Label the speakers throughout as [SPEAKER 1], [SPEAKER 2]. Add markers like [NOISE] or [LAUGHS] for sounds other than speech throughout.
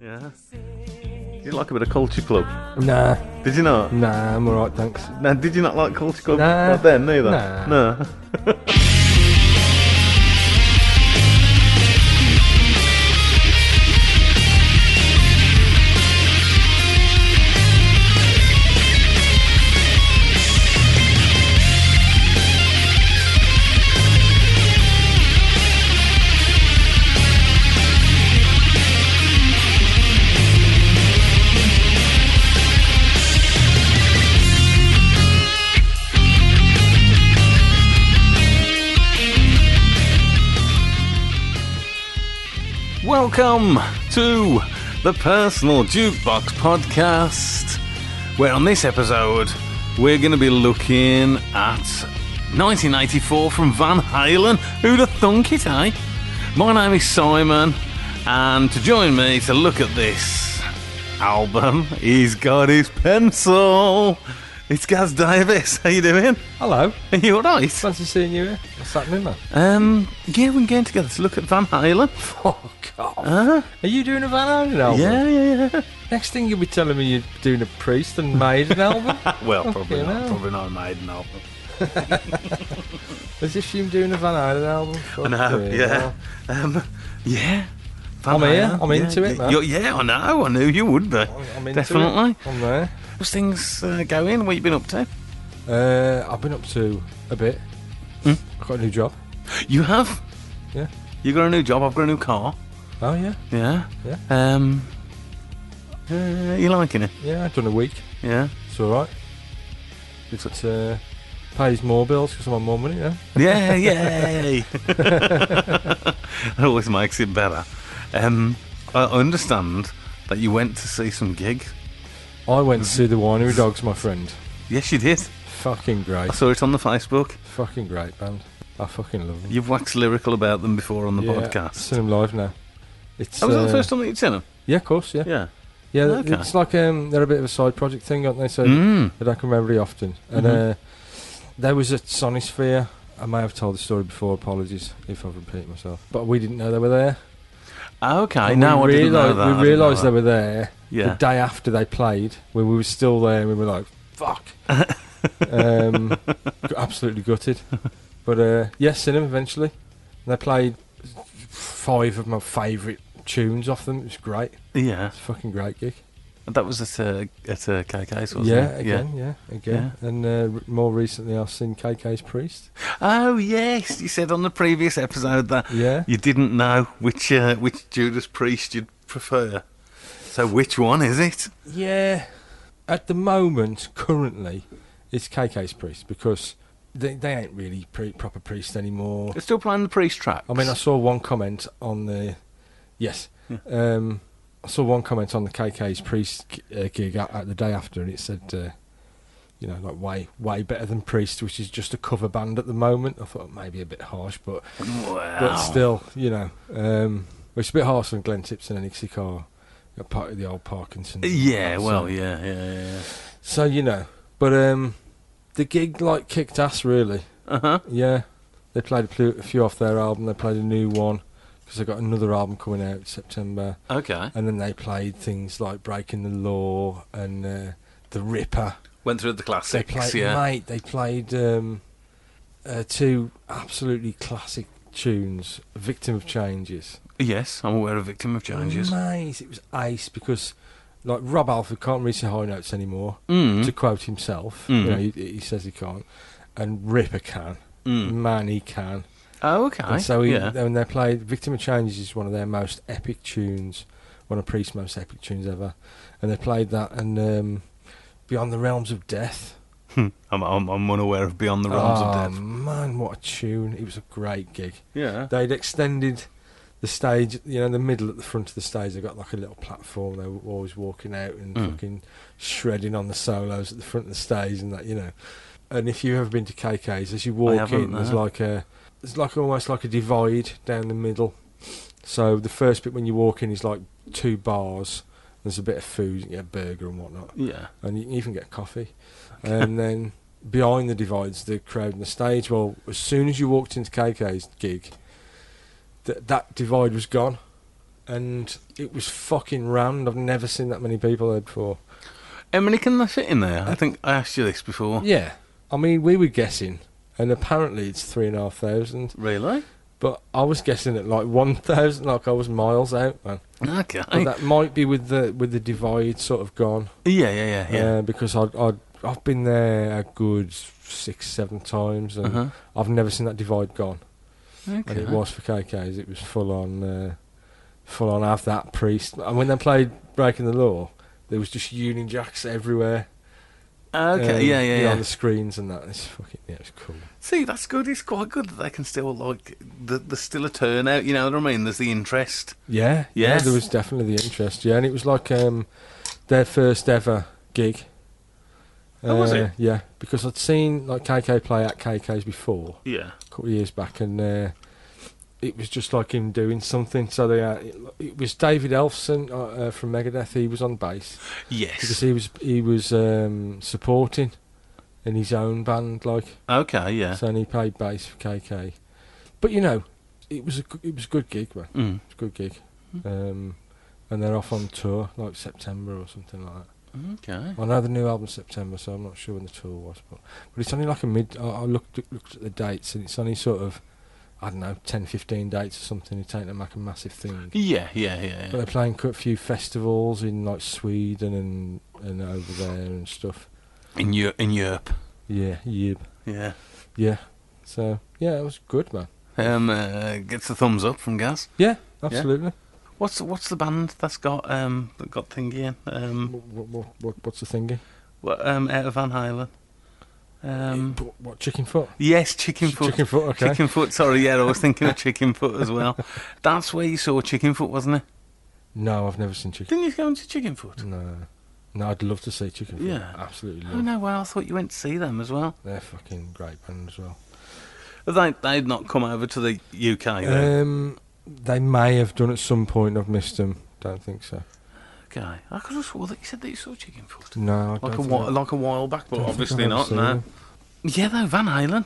[SPEAKER 1] Yeah. Did you like a bit of Culture Club?
[SPEAKER 2] Nah,
[SPEAKER 1] Did you not?
[SPEAKER 2] nah, I'm alright, thanks.
[SPEAKER 1] Now, did you not like Culture Club
[SPEAKER 2] Nah.
[SPEAKER 1] back then neither?
[SPEAKER 2] Nah.
[SPEAKER 1] No. Welcome to the Personal Jukebox Podcast, where on this episode we're going to be looking at 1984 from Van Halen. Who'd have thunk it, eh? My name is Simon, and to join me to look at this album, he's got his pencil. It's Gaz Davis. How you doing?
[SPEAKER 2] Hello,
[SPEAKER 1] Are you alright?
[SPEAKER 2] fancy seeing you here. What's happening, man?
[SPEAKER 1] Um, yeah, we're going together to look at Van Halen.
[SPEAKER 2] [LAUGHS] Oh God,
[SPEAKER 1] Huh?
[SPEAKER 2] are you doing a Van Halen album?
[SPEAKER 1] Yeah, yeah, yeah.
[SPEAKER 2] Next thing you'll be telling me you're doing a Priest and
[SPEAKER 1] [LAUGHS]
[SPEAKER 2] Maiden album.
[SPEAKER 1] Well,
[SPEAKER 2] Fucking
[SPEAKER 1] probably not.
[SPEAKER 2] hell.
[SPEAKER 1] Probably not a Maiden album.
[SPEAKER 2] As if you're doing a Van Halen album.
[SPEAKER 1] I know. [LAUGHS]
[SPEAKER 2] Fucking
[SPEAKER 1] Yeah.
[SPEAKER 2] hell.
[SPEAKER 1] Um, yeah.
[SPEAKER 2] I'm
[SPEAKER 1] Van
[SPEAKER 2] here,
[SPEAKER 1] Halen,
[SPEAKER 2] I'm
[SPEAKER 1] yeah,
[SPEAKER 2] into it,
[SPEAKER 1] y-
[SPEAKER 2] man.
[SPEAKER 1] you're- Yeah, I know. I knew you would be.
[SPEAKER 2] I'm into it.
[SPEAKER 1] Definitely.
[SPEAKER 2] I'm there.
[SPEAKER 1] How's things uh, going? What you been up to?
[SPEAKER 2] Uh, I've been up to a bit.
[SPEAKER 1] Hmm?
[SPEAKER 2] I've got a new job.
[SPEAKER 1] You have.
[SPEAKER 2] Yeah.
[SPEAKER 1] You got a new job. I've got a new car.
[SPEAKER 2] Oh yeah,
[SPEAKER 1] Yeah.
[SPEAKER 2] Yeah.
[SPEAKER 1] Um. Uh, you liking it?
[SPEAKER 2] yeah. I've done a week.
[SPEAKER 1] Yeah.
[SPEAKER 2] It's all right.
[SPEAKER 1] It's
[SPEAKER 2] It uh, pays more bills because I'm on more money now. [LAUGHS]
[SPEAKER 1] yeah. Yay. [LAUGHS] that always makes it better. Um, I understand that you went to see some gigs.
[SPEAKER 2] I
[SPEAKER 1] Mm-hmm.
[SPEAKER 2] went to see the Winery Dogs, my friend.
[SPEAKER 1] Yes, you did.
[SPEAKER 2] Fucking great.
[SPEAKER 1] I saw it on the Facebook.
[SPEAKER 2] Fucking great band. I fucking love them.
[SPEAKER 1] You've waxed lyrical about them before on the
[SPEAKER 2] yeah,
[SPEAKER 1] podcast.
[SPEAKER 2] Seen them live now. It's
[SPEAKER 1] Oh, was that the
[SPEAKER 2] uh,
[SPEAKER 1] first time that you'd seen them?
[SPEAKER 2] Yeah, of course. Yeah,
[SPEAKER 1] Yeah.
[SPEAKER 2] yeah. th-
[SPEAKER 1] Okay.
[SPEAKER 2] It's like um, they're a bit of a side project thing, aren't they? So
[SPEAKER 1] Mm.
[SPEAKER 2] they don't come around very often. And
[SPEAKER 1] Mhm.
[SPEAKER 2] uh, there was a Sonisphere. I may have told the story before. Apologies if I've repeated myself. But we didn't know they were there.
[SPEAKER 1] Ah, Okay,
[SPEAKER 2] And
[SPEAKER 1] now I
[SPEAKER 2] we
[SPEAKER 1] didn't know
[SPEAKER 2] realised-
[SPEAKER 1] that. I didn't know
[SPEAKER 2] We realised
[SPEAKER 1] that.
[SPEAKER 2] they were there the
[SPEAKER 1] Yeah.
[SPEAKER 2] day after they played, where we were still there and we were like, fuck. um, g- absolutely gutted. But uh, yes, seen 'em eventually. And they played five of my favourite tunes off them. It was great.
[SPEAKER 1] Yeah.
[SPEAKER 2] It's a fucking great gig.
[SPEAKER 1] And That was at uh, at uh, KK's, wasn't
[SPEAKER 2] Yeah,
[SPEAKER 1] it?
[SPEAKER 2] again, yeah, again. And uh, r- more recently, I've seen KK's Priest.
[SPEAKER 1] Oh yes, you said on the previous episode that [LAUGHS]
[SPEAKER 2] Yeah.
[SPEAKER 1] you didn't know which uh, which Judas Priest you'd prefer. So which one is it?
[SPEAKER 2] Yeah. At the moment, currently, it's KK's Priest because they, they ain't really pre- proper priests anymore.
[SPEAKER 1] They're still playing the Priest track.
[SPEAKER 2] I mean, I saw one comment on the yes.
[SPEAKER 1] Yeah.
[SPEAKER 2] Um, I saw one comment on the KK's Priest g- uh, gig at, at the day after, and it said, uh, you know, like way way better than Priest, which is just a cover band at the moment. I thought maybe a bit harsh, but
[SPEAKER 1] wow.
[SPEAKER 2] but still, you know, um, well, it's a bit harsh on Glenn Tipton and Ixie Carr, you know, part of the old Parkinson.
[SPEAKER 1] Yeah. Well.
[SPEAKER 2] So-
[SPEAKER 1] Yeah. Yeah. Yeah.
[SPEAKER 2] So you know, but um, the gig like kicked ass really.
[SPEAKER 1] Uh huh.
[SPEAKER 2] Yeah, they played a few, a few off their album. They played a new one because they got another album coming out in September,
[SPEAKER 1] Okay.
[SPEAKER 2] and then they played things like Breaking the Law and uh, The Ripper.
[SPEAKER 1] Went through the
[SPEAKER 2] They
[SPEAKER 1] classics.
[SPEAKER 2] played,
[SPEAKER 1] yeah.
[SPEAKER 2] mate. They played um, uh, two absolutely classic tunes: "Victim of Changes."
[SPEAKER 1] Yes, I'm aware of Victim of Changes.
[SPEAKER 2] Mate, it was ace because, like Rob Alford can't reach the high notes anymore.
[SPEAKER 1] Mm.
[SPEAKER 2] To quote himself,
[SPEAKER 1] Mm.
[SPEAKER 2] you know, he, he says he can't, and Ripper can.
[SPEAKER 1] Mm.
[SPEAKER 2] Man, he can.
[SPEAKER 1] Oh, okay.
[SPEAKER 2] And so he,
[SPEAKER 1] yeah.
[SPEAKER 2] when they played Victim of Changes is one of their most epic tunes, one of Priest's most epic tunes ever. And they played that and um, Beyond the Realms of Death.
[SPEAKER 1] I'm, I'm, I'm unaware of Beyond the Realms
[SPEAKER 2] oh,
[SPEAKER 1] of Death.
[SPEAKER 2] man, what a tune. It was a great gig.
[SPEAKER 1] Um, Yeah.
[SPEAKER 2] They'd extended the stage, you know, in the middle at the front of the stage, they got like a little platform. They were always walking out and
[SPEAKER 1] Mm.
[SPEAKER 2] fucking shredding on the solos at the front of the stage and that, you know. And if you've ever been to KK's, as you walk
[SPEAKER 1] haven't,
[SPEAKER 2] in, there's
[SPEAKER 1] no.
[SPEAKER 2] like a, there's like almost like a divide down the middle. So the first bit when you walk in is like two bars. There's a bit of food, you can get a burger and whatnot
[SPEAKER 1] Yeah.
[SPEAKER 2] and you can even get coffee.
[SPEAKER 1] [LAUGHS]
[SPEAKER 2] and then behind the divides, the crowd and the stage. Well, as soon as you walked into KK's gig, th- that divide was gone. and it was fucking rammed. I've never seen that many people there before.
[SPEAKER 1] Emily, can I fit in there? I think I asked you this before.
[SPEAKER 2] Yeah, I mean, we were guessing, and apparently it's three and a half thousand.
[SPEAKER 1] Really?
[SPEAKER 2] But I was guessing at like [LAUGHS] one thousand, like I was miles out, man.
[SPEAKER 1] Okay.
[SPEAKER 2] But that might be with the with the divide sort of gone.
[SPEAKER 1] yeah, yeah, yeah, yeah.
[SPEAKER 2] Uh, because I I I've been there a good six seven times, and
[SPEAKER 1] uh-huh.
[SPEAKER 2] I've never seen that divide gone.
[SPEAKER 1] Okay.
[SPEAKER 2] And it was for KKs. It was full on, uh, full on. Have that priest. And when they played Breaking the Law, there was just Union Jacks everywhere.
[SPEAKER 1] Okay.
[SPEAKER 2] um,
[SPEAKER 1] yeah, yeah,
[SPEAKER 2] you know,
[SPEAKER 1] yeah.
[SPEAKER 2] On the screens and that. It's fucking yeah, it's cool.
[SPEAKER 1] See, that's good. It's quite good that they can still like. The, there's still a turnout. You know what I mean? There's the interest.
[SPEAKER 2] Yeah, yeah.
[SPEAKER 1] Yes.
[SPEAKER 2] There was definitely the interest. Yeah, and it was like um, their first ever gig. Uh,
[SPEAKER 1] Oh, was it?
[SPEAKER 2] Yeah, because I'd seen like KK play at KK's before.
[SPEAKER 1] Yeah.
[SPEAKER 2] couple of years back, and uh, it was just like him doing something. So they, uh, it, it was David Elfson uh, uh, from Megadeth. He was on bass because
[SPEAKER 1] Yes.
[SPEAKER 2] he was he was um, supporting in his own band, like
[SPEAKER 1] Okay. Yeah.
[SPEAKER 2] so, and he played bass for KK. But you know, it was a g- it was a good gig, man.
[SPEAKER 1] Mm.
[SPEAKER 2] It was a good gig.
[SPEAKER 1] Mm.
[SPEAKER 2] Um, and they're off on tour, like September or something like that.
[SPEAKER 1] Okay.
[SPEAKER 2] I know the new album's September, so I'm not sure when the tour was, but but it's only like a mid. I, I looked at, looked at the dates, and it's only sort of I don't know 10, 15 dates or something. It ain't a like a massive thing.
[SPEAKER 1] Yeah. Yeah. Yeah.
[SPEAKER 2] But they're playing quite a few festivals in like Sweden and and over there and stuff.
[SPEAKER 1] In Europe. In Europe.
[SPEAKER 2] Yeah, yeah,
[SPEAKER 1] Yeah.
[SPEAKER 2] yeah. So yeah, it was good, man.
[SPEAKER 1] Um, uh, gets the thumbs up from Gaz.
[SPEAKER 2] Yeah, absolutely.
[SPEAKER 1] What's what's the band that's got um that got thingy in um
[SPEAKER 2] What, what, what, what's the thingy?
[SPEAKER 1] what, um out of Van Halen? Um,
[SPEAKER 2] what, what chicken foot?
[SPEAKER 1] yes, Chicken Foot.
[SPEAKER 2] Chicken foot. Okay.
[SPEAKER 1] Chicken Foot. Sorry, yeah, I was thinking of Chicken Foot as well. That's where you saw Chicken Foot, wasn't it?
[SPEAKER 2] No, I've never seen chicken.
[SPEAKER 1] Didn't you go into Chicken Foot? [LAUGHS]
[SPEAKER 2] No, no. I'd love to see chicken foot.
[SPEAKER 1] Yeah.
[SPEAKER 2] absolutely.
[SPEAKER 1] Oh
[SPEAKER 2] Love.
[SPEAKER 1] no! Well, I thought you went to see them as well.
[SPEAKER 2] They're fucking great band as well.
[SPEAKER 1] Have They they'd not come over to the UK. then?
[SPEAKER 2] Um, they may have done at some point. I've missed them. Don't think so.
[SPEAKER 1] okay, I could have swore that you said that you saw Chicken Foot
[SPEAKER 2] No, I
[SPEAKER 1] like a
[SPEAKER 2] don't
[SPEAKER 1] while,
[SPEAKER 2] think
[SPEAKER 1] like a while back,
[SPEAKER 2] I-
[SPEAKER 1] but
[SPEAKER 2] don't think
[SPEAKER 1] obviously
[SPEAKER 2] I've
[SPEAKER 1] not.
[SPEAKER 2] seen
[SPEAKER 1] No.
[SPEAKER 2] them.
[SPEAKER 1] Yeah, though Van Halen.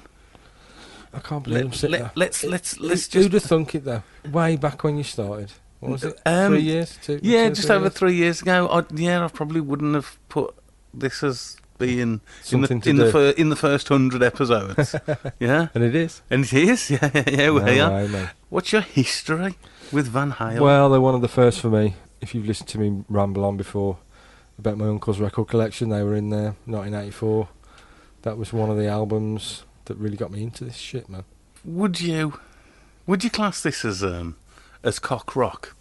[SPEAKER 2] I can't believe I'm
[SPEAKER 1] Let,
[SPEAKER 2] sitting there.
[SPEAKER 1] let, let's let's let's
[SPEAKER 2] Who-
[SPEAKER 1] just
[SPEAKER 2] Who'd have thunk it though? Way back when you started. What was it?
[SPEAKER 1] Um,
[SPEAKER 2] Three years? Two,
[SPEAKER 1] Yeah,
[SPEAKER 2] two,
[SPEAKER 1] just
[SPEAKER 2] three
[SPEAKER 1] over
[SPEAKER 2] years?
[SPEAKER 1] three years ago. I, yeah, I probably wouldn't have put this as being in the
[SPEAKER 2] Something to
[SPEAKER 1] in the,
[SPEAKER 2] do.
[SPEAKER 1] fir- in the first hundred
[SPEAKER 2] [LAUGHS]
[SPEAKER 1] episodes. yeah,
[SPEAKER 2] and it is.
[SPEAKER 1] and it is. [LAUGHS] Yeah, yeah, we are.
[SPEAKER 2] No way, mate.
[SPEAKER 1] What's your history with Van Halen?
[SPEAKER 2] Well, they're one of the first for me. If you've listened to me ramble on before about my uncle's record collection, they were in there, 1984. That was one of the albums that really got me into this shit, man.
[SPEAKER 1] would you would you class this as um as cock rock?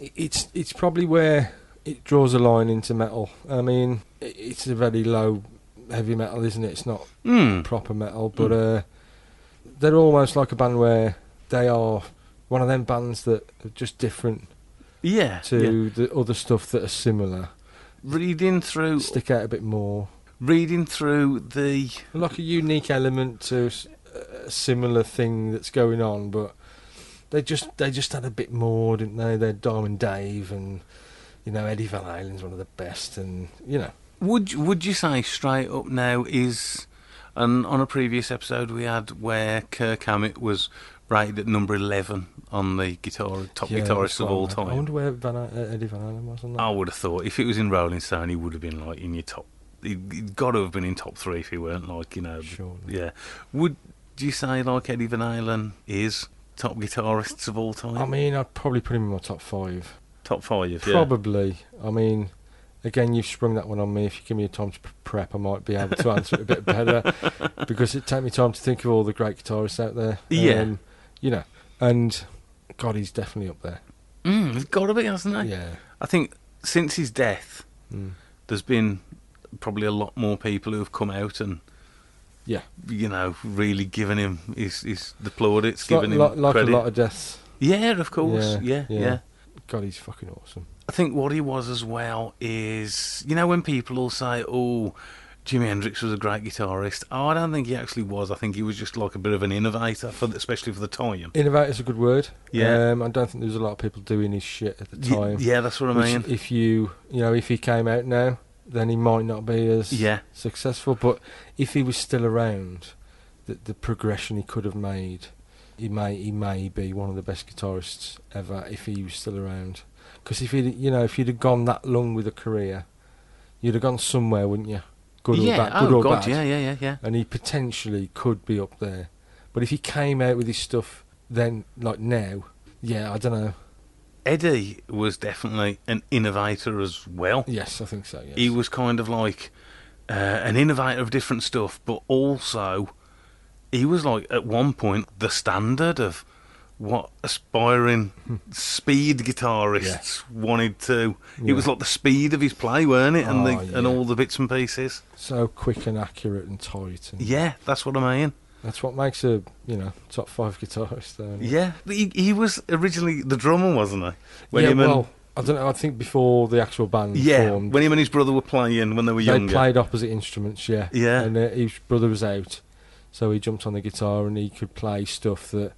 [SPEAKER 2] I- It's it's probably where it draws a line into metal. I mean, i- it's a very low heavy metal, isn't it? It's not
[SPEAKER 1] Hmm.
[SPEAKER 2] proper metal, but uh, they're almost like a band where they are one of them bands that are just different
[SPEAKER 1] Yeah. yeah.
[SPEAKER 2] to the other stuff that are similar.
[SPEAKER 1] Reading through
[SPEAKER 2] Stick out a bit more.
[SPEAKER 1] reading through the
[SPEAKER 2] like a unique element to s- a similar thing that's going on, but they just they just had a bit more, didn't they? They're Diamond Dave and you know Eddie Van Halen's one of the best, and you know
[SPEAKER 1] Would would you say straight up now is, and on a previous episode we had where Kirk Hammett was rated at number eleven on the guitar top
[SPEAKER 2] yeah,
[SPEAKER 1] guitarist
[SPEAKER 2] that's
[SPEAKER 1] of
[SPEAKER 2] right,
[SPEAKER 1] all
[SPEAKER 2] mate.
[SPEAKER 1] time. Oh,
[SPEAKER 2] I wonder where Van, uh, Eddie Van Halen was on that.
[SPEAKER 1] I would have thought if it was in Rolling Stone, he would have been like in your top. He'd, he'd got to have been in top three if he weren't like you know.
[SPEAKER 2] surely.
[SPEAKER 1] Yeah. Would you say like Eddie Van Halen is top guitarists of all time?
[SPEAKER 2] I mean, I'd probably put him in my top five.
[SPEAKER 1] top five. yeah.
[SPEAKER 2] Probably. I mean, again, you've sprung that one on me. If you give me time to p- prep, I might be able to answer it a bit
[SPEAKER 1] [LAUGHS]
[SPEAKER 2] better because it take me time to think of all the great guitarists out there. Um,
[SPEAKER 1] Yeah.
[SPEAKER 2] you know, and God, he's definitely up there.
[SPEAKER 1] Mm, it's got to be, hasn't it?
[SPEAKER 2] Yeah.
[SPEAKER 1] I think since his death,
[SPEAKER 2] Mm.
[SPEAKER 1] there's been probably a lot more people who have come out and
[SPEAKER 2] Yeah.
[SPEAKER 1] you know really given him his, his the plaudits
[SPEAKER 2] It's
[SPEAKER 1] given
[SPEAKER 2] like, like,
[SPEAKER 1] him
[SPEAKER 2] like a
[SPEAKER 1] credit
[SPEAKER 2] lot of deaths.
[SPEAKER 1] yeah of course yeah
[SPEAKER 2] Yeah,
[SPEAKER 1] yeah,
[SPEAKER 2] yeah. God, he's fucking awesome.
[SPEAKER 1] i think what he was as well is you know when people all say oh Jimi Hendrix was a great guitarist. Oh, I don't think he actually was. I think he was just like a bit of an innovator, for the, especially for the time.
[SPEAKER 2] Innovator's a good word.
[SPEAKER 1] Yeah.
[SPEAKER 2] Um, I don't think there was a lot of people doing his shit at the
[SPEAKER 1] Y-
[SPEAKER 2] time.
[SPEAKER 1] yeah, that's what I
[SPEAKER 2] which
[SPEAKER 1] mean.
[SPEAKER 2] If you, you know, if he came out now, then he might not be as
[SPEAKER 1] yeah,
[SPEAKER 2] successful. But if he was still around, the, the progression he could have made he may he may be one of the best guitarists ever if he was still around. Because if he'd you know if you'd have gone that long with a career, you'd have gone somewhere, wouldn't you? Good or
[SPEAKER 1] yeah.
[SPEAKER 2] bad. Good
[SPEAKER 1] oh
[SPEAKER 2] or
[SPEAKER 1] god,
[SPEAKER 2] bad.
[SPEAKER 1] yeah, yeah, yeah, yeah.
[SPEAKER 2] And he potentially could be up there. But if he came out with his stuff then, like now, yeah, I don't know.
[SPEAKER 1] Eddie was definitely an innovator as well.
[SPEAKER 2] Yes, I think so. Yes.
[SPEAKER 1] He was kind of like uh, an innovator of different stuff, but also he was like at one point the standard of what
[SPEAKER 2] [LAUGHS]
[SPEAKER 1] aspiring speed guitarists wanted to. It
[SPEAKER 2] Yeah.
[SPEAKER 1] was like the speed of his play, weren't it? And
[SPEAKER 2] Oh,
[SPEAKER 1] the, and
[SPEAKER 2] yeah.
[SPEAKER 1] all the bits and pieces.
[SPEAKER 2] so quick and accurate and tight. And
[SPEAKER 1] Yeah, that's what I mean.
[SPEAKER 2] That's what makes a you know top five guitarist. Though, isn't it?
[SPEAKER 1] Yeah, he, he was originally the drummer, wasn't he? When
[SPEAKER 2] yeah
[SPEAKER 1] him and,
[SPEAKER 2] well, I don't know. I think before the actual band
[SPEAKER 1] yeah,
[SPEAKER 2] formed,
[SPEAKER 1] when him and his brother were playing when they were
[SPEAKER 2] they
[SPEAKER 1] younger.
[SPEAKER 2] played opposite instruments. Yeah,
[SPEAKER 1] Yeah.
[SPEAKER 2] And uh, his brother was out, so he jumped on the guitar and he could play stuff that,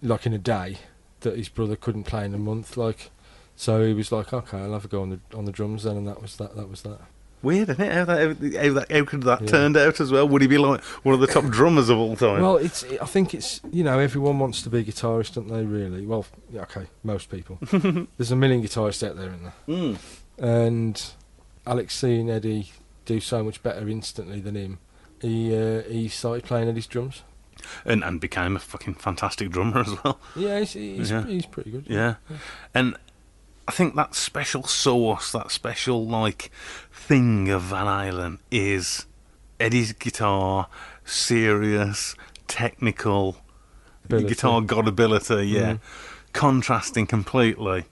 [SPEAKER 2] like in a day, that his brother couldn't play in a month. Like, so he was like, okay, I'll have a go on the on the drums then, and that was that. That was that.
[SPEAKER 1] Weird, isn't it? How that how that, how could that
[SPEAKER 2] Yeah.
[SPEAKER 1] turned out as well? Would he be like one of the
[SPEAKER 2] [LAUGHS]
[SPEAKER 1] top drummers of all time?
[SPEAKER 2] Well, it's. I think it's. You know, everyone wants to be a guitarist, don't they? Really? Well, yeah, okay, most
[SPEAKER 1] [LAUGHS]
[SPEAKER 2] people. There's a million guitarists out there, isn't there?
[SPEAKER 1] Mm.
[SPEAKER 2] and Alex seeing Eddie do so much better instantly than him, he uh, he started playing Eddie's drums.
[SPEAKER 1] and and became a fucking fantastic drummer as well. [LAUGHS]
[SPEAKER 2] Yeah, he's he's,
[SPEAKER 1] Yeah.
[SPEAKER 2] he's pretty good.
[SPEAKER 1] Yeah, and I think that special source, that special like thing of Van Halen is Eddie's guitar, serious, technical
[SPEAKER 2] Ability.
[SPEAKER 1] guitar god ability. Yeah,
[SPEAKER 2] Mhm.
[SPEAKER 1] contrasting completely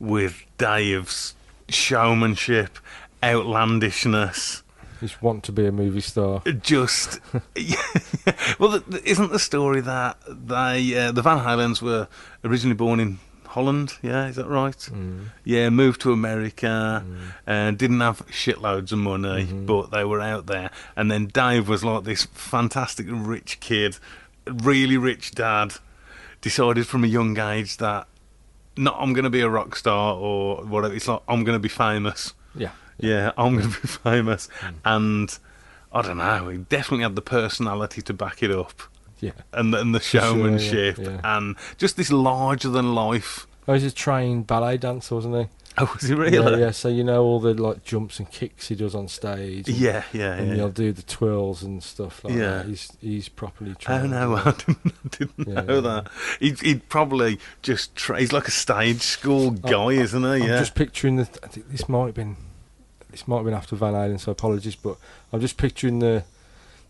[SPEAKER 1] with Dave's showmanship, outlandishness.
[SPEAKER 2] He's want to be a movie star.
[SPEAKER 1] just [LAUGHS] well th- th- isn't the story that they uh, the van halens were originally born in holland yeah is that right
[SPEAKER 2] Mm.
[SPEAKER 1] yeah moved to america
[SPEAKER 2] Mm.
[SPEAKER 1] and didn't have shitloads of money
[SPEAKER 2] Mhm.
[SPEAKER 1] but they were out there and then dave was like this fantastic rich kid really rich dad decided from a young age that not i'm going to be a rock star or whatever it's like i'm going to be famous
[SPEAKER 2] Yeah, Hmm.
[SPEAKER 1] yeah, I'm going to be [LAUGHS] famous. And I don't know, he definitely had the personality to back it up
[SPEAKER 2] yeah.
[SPEAKER 1] and, the- and the
[SPEAKER 2] sure, yeah,
[SPEAKER 1] showmanship
[SPEAKER 2] yeah.
[SPEAKER 1] and just this larger than life. [LAUGHS]
[SPEAKER 2] Oh, he's a trained ballet dancer, wasn't
[SPEAKER 1] Oh, was he
[SPEAKER 2] he? Yeah,
[SPEAKER 1] really?
[SPEAKER 2] yeah. So you know all the like jumps and kicks he does on stage. and-
[SPEAKER 1] Yeah, yeah,
[SPEAKER 2] And
[SPEAKER 1] yeah.
[SPEAKER 2] he'll do the twirls and stuff like
[SPEAKER 1] Yeah.
[SPEAKER 2] that. He's he's properly
[SPEAKER 1] Oh
[SPEAKER 2] trained.
[SPEAKER 1] no, [LAUGHS] I didn't, I didn't
[SPEAKER 2] Yeah,
[SPEAKER 1] know
[SPEAKER 2] yeah.
[SPEAKER 1] that. He'd, he'd probably just tra- he's like a stage school guy, isn't he?
[SPEAKER 2] Oh, I'm
[SPEAKER 1] Yeah.
[SPEAKER 2] just picturing the. I think this might have been, this might have been after Van Halen, so apologies. But I'm just picturing the,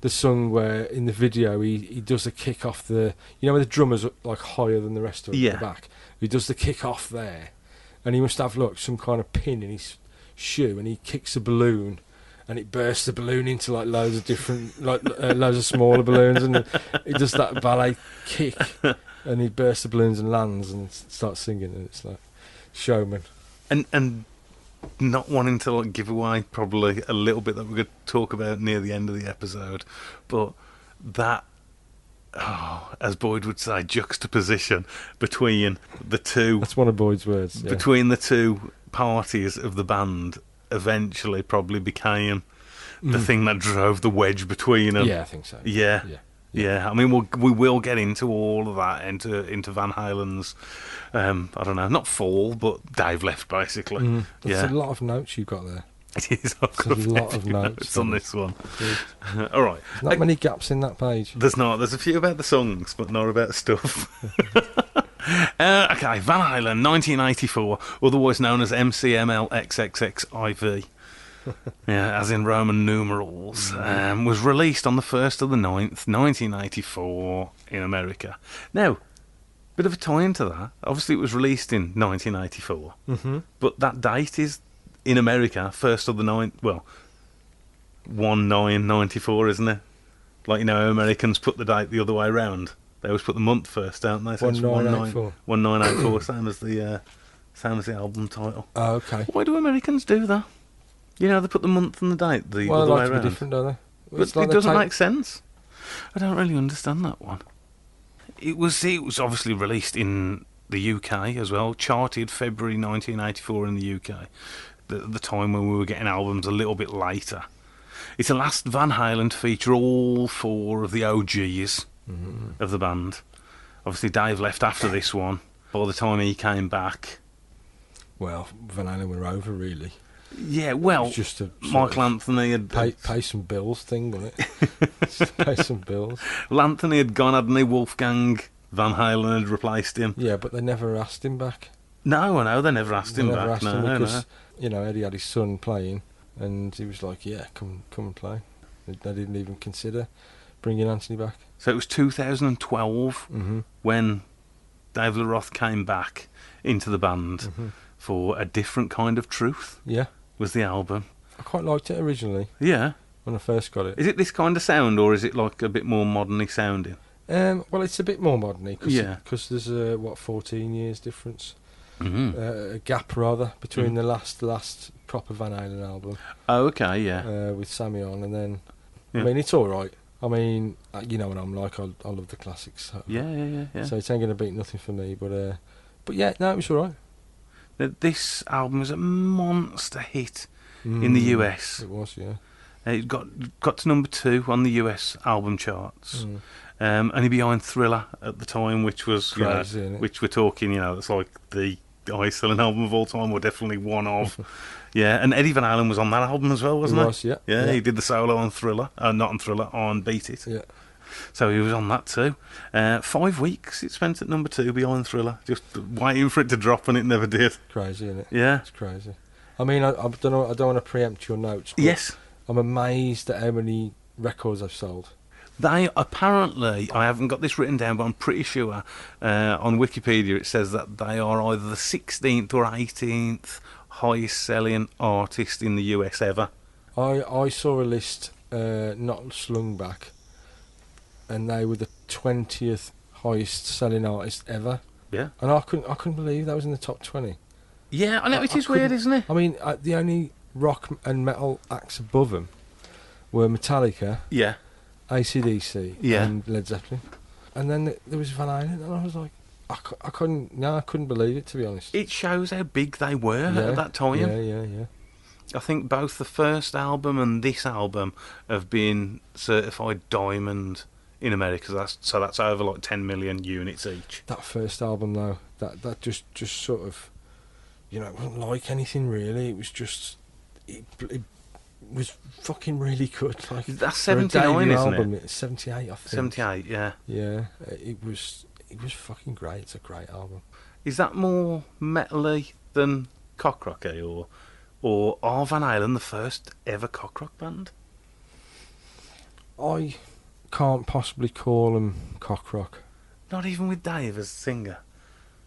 [SPEAKER 2] the song where in the video he, he does the kick off the, you know, where the drummer's like higher than the rest of
[SPEAKER 1] Yeah.
[SPEAKER 2] the back. He does the kick off there, and he must have look some kind of pin in his shoe, and he kicks a balloon. And it bursts the balloon into like loads of different, like uh, loads of smaller balloons, and he does that ballet kick, and he bursts the balloons and lands and s- starts singing, and it's like showman.
[SPEAKER 1] and and not wanting to like give away probably a little bit that we're going to talk about near the end of the episode, but that. Oh, as Boyd would say, juxtaposition between the two
[SPEAKER 2] That's one of Boyd's words. Yeah.
[SPEAKER 1] between the two parties of the band eventually probably became the
[SPEAKER 2] Mm.
[SPEAKER 1] thing that drove the wedge between them.
[SPEAKER 2] Yeah, I think so.
[SPEAKER 1] Yeah.
[SPEAKER 2] Yeah.
[SPEAKER 1] Yeah, I mean, we'll, we will get into all of that into into Van Halen's, um, I don't know, not fall, but Dave left basically.
[SPEAKER 2] Mm. That's
[SPEAKER 1] Yeah.
[SPEAKER 2] a lot of notes you've got there.
[SPEAKER 1] [LAUGHS] It is. I've
[SPEAKER 2] There's
[SPEAKER 1] got
[SPEAKER 2] a
[SPEAKER 1] a
[SPEAKER 2] lot of
[SPEAKER 1] [LAUGHS] few
[SPEAKER 2] notes
[SPEAKER 1] on
[SPEAKER 2] on
[SPEAKER 1] this one. [LAUGHS]
[SPEAKER 2] There's
[SPEAKER 1] All right.
[SPEAKER 2] not
[SPEAKER 1] Uh,
[SPEAKER 2] many gaps in that page.
[SPEAKER 1] There's not. There's a few about the songs, but not about stuff. [LAUGHS] uh, okay, Van Halen, 1984, otherwise known as
[SPEAKER 2] [LAUGHS]
[SPEAKER 1] MCMLXXXIV. yeah, as in Roman numerals,
[SPEAKER 2] Mm-hmm.
[SPEAKER 1] um, was released on the 1st of the 9th, 1984, in America. Now, bit of a tie into that. Obviously, it was released in 1984.
[SPEAKER 2] Mm-hmm.
[SPEAKER 1] But that date is in America, first of the ninth. Well, one nine ninety four, isn't it? Like you know, how Americans put the date the other way around. They always put the month first, don't they? it's
[SPEAKER 2] 1984.
[SPEAKER 1] 1984, same as the uh, same as the album title.
[SPEAKER 2] Oh, okay.
[SPEAKER 1] Why do Americans do that? You know, they put the month and the date the
[SPEAKER 2] well,
[SPEAKER 1] other
[SPEAKER 2] they
[SPEAKER 1] way
[SPEAKER 2] like to
[SPEAKER 1] around.
[SPEAKER 2] be different, don't they?
[SPEAKER 1] But
[SPEAKER 2] It's like
[SPEAKER 1] it
[SPEAKER 2] they
[SPEAKER 1] doesn't
[SPEAKER 2] take-
[SPEAKER 1] make sense. I don't really understand that one. It was it was obviously released in the UK as well, charted February 1984 in the UK, the, the time when we were getting albums a little bit later. It's the last
[SPEAKER 2] Mm-hmm.
[SPEAKER 1] Van Halen to feature all four of the OGs of the band. Obviously, Dave left after this one. By the time he came back,
[SPEAKER 2] Well, Van Halen were over really.
[SPEAKER 1] yeah, well,
[SPEAKER 2] It's just a sort
[SPEAKER 1] Michael
[SPEAKER 2] of
[SPEAKER 1] Anthony had
[SPEAKER 2] pay, pay some bills thing, wasn't
[SPEAKER 1] [LAUGHS]
[SPEAKER 2] it? [LAUGHS] pay some bills.
[SPEAKER 1] Well, Anthony had gone, hadn't he? Wolfgang Van Halen had replaced him.
[SPEAKER 2] Yeah, but they never asked him back.
[SPEAKER 1] No, I know they never asked
[SPEAKER 2] They
[SPEAKER 1] him
[SPEAKER 2] never
[SPEAKER 1] back.
[SPEAKER 2] asked
[SPEAKER 1] no,
[SPEAKER 2] him
[SPEAKER 1] no.
[SPEAKER 2] because you know Eddie had his son playing, and he was like, "Yeah, come, come and play." They, they didn't even consider bringing Anthony back.
[SPEAKER 1] So it was 2012
[SPEAKER 2] Mm-hmm.
[SPEAKER 1] when Dave LaRoth came back into the band
[SPEAKER 2] Mhm.
[SPEAKER 1] for A Different Kind of Truth
[SPEAKER 2] Yeah,
[SPEAKER 1] was the album.
[SPEAKER 2] I quite liked it originally
[SPEAKER 1] Yeah.
[SPEAKER 2] when I first got it.
[SPEAKER 1] Is it this kind of sound or is it like a bit more moderny sounding?
[SPEAKER 2] Um, well, it's a bit more modern because
[SPEAKER 1] Yeah.
[SPEAKER 2] there's a what 14 years difference,
[SPEAKER 1] Mm-hmm.
[SPEAKER 2] uh, a gap rather between
[SPEAKER 1] Mm.
[SPEAKER 2] the last last proper Van Halen album
[SPEAKER 1] oh, okay, yeah.
[SPEAKER 2] uh, with Sammy on, and then
[SPEAKER 1] Yeah.
[SPEAKER 2] I mean it's all right. I mean uh, you know what I'm like. I, I love the classics. so-
[SPEAKER 1] yeah, yeah, yeah. yeah.
[SPEAKER 2] So it ain't gonna beat nothing for me, but uh, but yeah, no, it was all right.
[SPEAKER 1] Now, this album was a monster hit in the
[SPEAKER 2] Mm,
[SPEAKER 1] US.
[SPEAKER 2] It was, yeah.
[SPEAKER 1] It got got to number two on the US album charts,
[SPEAKER 2] Mm.
[SPEAKER 1] um, only behind Thriller at the time, which was you know,
[SPEAKER 2] Crazy, innit?
[SPEAKER 1] which we're talking, you know, it's like the Iceland album of all time, or definitely one [LAUGHS] of. yeah, and Eddie Van Halen was on that album as well, wasn't
[SPEAKER 2] it
[SPEAKER 1] he?
[SPEAKER 2] was, yeah.
[SPEAKER 1] Yeah, he did the solo on Thriller, uh, not on Thriller, on Beat It.
[SPEAKER 2] yeah.
[SPEAKER 1] So he was on that too. Uh, five weeks it spent at number two behind Thriller, just waiting for it to drop, and it never did.
[SPEAKER 2] Crazy, isn't it?
[SPEAKER 1] Yeah.
[SPEAKER 2] It's crazy. I mean, I, I don't know. I don't want to preempt your notes. but
[SPEAKER 1] Yes,
[SPEAKER 2] I'm amazed at how many records I've sold.
[SPEAKER 1] They apparently, I haven't got this written down, but I'm pretty sure uh, on Wikipedia it says that they are either the 16th or 18th highest selling artist in the US ever.
[SPEAKER 2] I I saw a list uh, not slung back, and they were the twentieth highest selling artist ever.
[SPEAKER 1] Yeah.
[SPEAKER 2] And I couldn't I couldn't believe that was in the top twenty.
[SPEAKER 1] Yeah, I know,
[SPEAKER 2] I-
[SPEAKER 1] it
[SPEAKER 2] I
[SPEAKER 1] is weird,
[SPEAKER 2] couldn't-
[SPEAKER 1] isn't it?
[SPEAKER 2] I mean, uh, the only rock and metal acts above them were Metallica,
[SPEAKER 1] Yeah.
[SPEAKER 2] ACDC,
[SPEAKER 1] Yeah.
[SPEAKER 2] and Led Zeppelin. And then th- there was Van Halen, and I was like, I, cou- I couldn't, no, I couldn't believe it, to be honest.
[SPEAKER 1] It shows how big they were
[SPEAKER 2] Yeah,
[SPEAKER 1] at that time.
[SPEAKER 2] Yeah, yeah, yeah.
[SPEAKER 1] I think both the first album and this album have been certified diamond in America. So that's, so that's over like 10 million units each.
[SPEAKER 2] That first album, though, that, that just, just sort of, you know, it wasn't like anything really. It was just, it, bl- it was fucking really good. [LAUGHS] Like,
[SPEAKER 1] That's
[SPEAKER 2] for a
[SPEAKER 1] 79,
[SPEAKER 2] debut
[SPEAKER 1] isn't
[SPEAKER 2] album,
[SPEAKER 1] it?
[SPEAKER 2] It's 78, I think.
[SPEAKER 1] 78, yeah.
[SPEAKER 2] Yeah, uh, it was, it was fucking great. It's a great album.
[SPEAKER 1] Is that more metally than cock rocky or or are Van Halen the first ever cock rock band?
[SPEAKER 2] I can't possibly call them cock rock.
[SPEAKER 1] Not even with Dave as singer.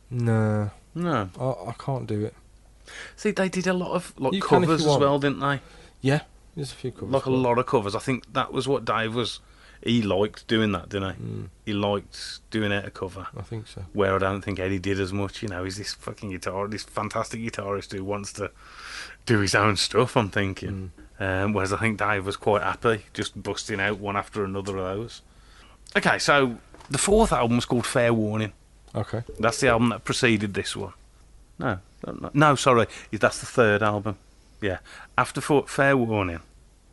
[SPEAKER 2] No,
[SPEAKER 1] No.
[SPEAKER 2] I, I can't do it.
[SPEAKER 1] See, they did a lot of like
[SPEAKER 2] You can if
[SPEAKER 1] covers
[SPEAKER 2] you
[SPEAKER 1] as
[SPEAKER 2] want.
[SPEAKER 1] well, didn't they?
[SPEAKER 2] Yeah, there's a few covers.
[SPEAKER 1] like a
[SPEAKER 2] but-
[SPEAKER 1] lot of covers. I think that was what Dave was. He liked doing that, didn't he?
[SPEAKER 2] Mm,
[SPEAKER 1] He liked doing out a cover.
[SPEAKER 2] I think so.
[SPEAKER 1] Where I don't think Eddie did as much. You know, he's this fucking guitar, this fantastic guitarist who wants to do his own stuff. I'm thinking.
[SPEAKER 2] Mm.
[SPEAKER 1] Um, whereas I think Dave was quite happy just busting out one after another of those. Okay, so the fourth album was called Fair Warning.
[SPEAKER 2] Okay.
[SPEAKER 1] That's the album that preceded this one. No, no, no, sorry, that's the third album. Yeah, after Fa- Fair Warning.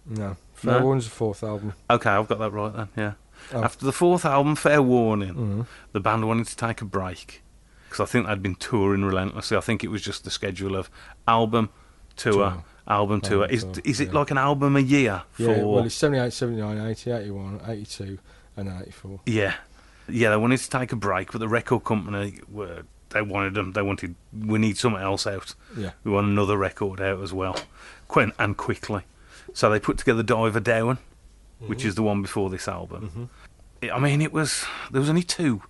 [SPEAKER 2] No. Fair
[SPEAKER 1] No?
[SPEAKER 2] Warning's the fourth album.
[SPEAKER 1] Okay, I've got that right then. Yeah,
[SPEAKER 2] Oh.
[SPEAKER 1] after the fourth album, Fair Warning,
[SPEAKER 2] Mm.
[SPEAKER 1] the band wanted to take a break because I think they'd been touring relentlessly. I think it was just the schedule of album, tour,
[SPEAKER 2] Tour.
[SPEAKER 1] album, tour.
[SPEAKER 2] Album,
[SPEAKER 1] Is
[SPEAKER 2] tour,
[SPEAKER 1] is it
[SPEAKER 2] yeah.
[SPEAKER 1] like an album a year for?
[SPEAKER 2] Yeah, well, it's 78, 79, 80, 81, 82, and 84.
[SPEAKER 1] Yeah, yeah. They wanted to take a break, but the record company were they wanted them. They wanted we need something else out.
[SPEAKER 2] Yeah.
[SPEAKER 1] We want another record out as well, Quen and quickly. So they put together Diver Down, which is the one before this album.
[SPEAKER 2] Mhm.
[SPEAKER 1] It- I mean, it was there was only two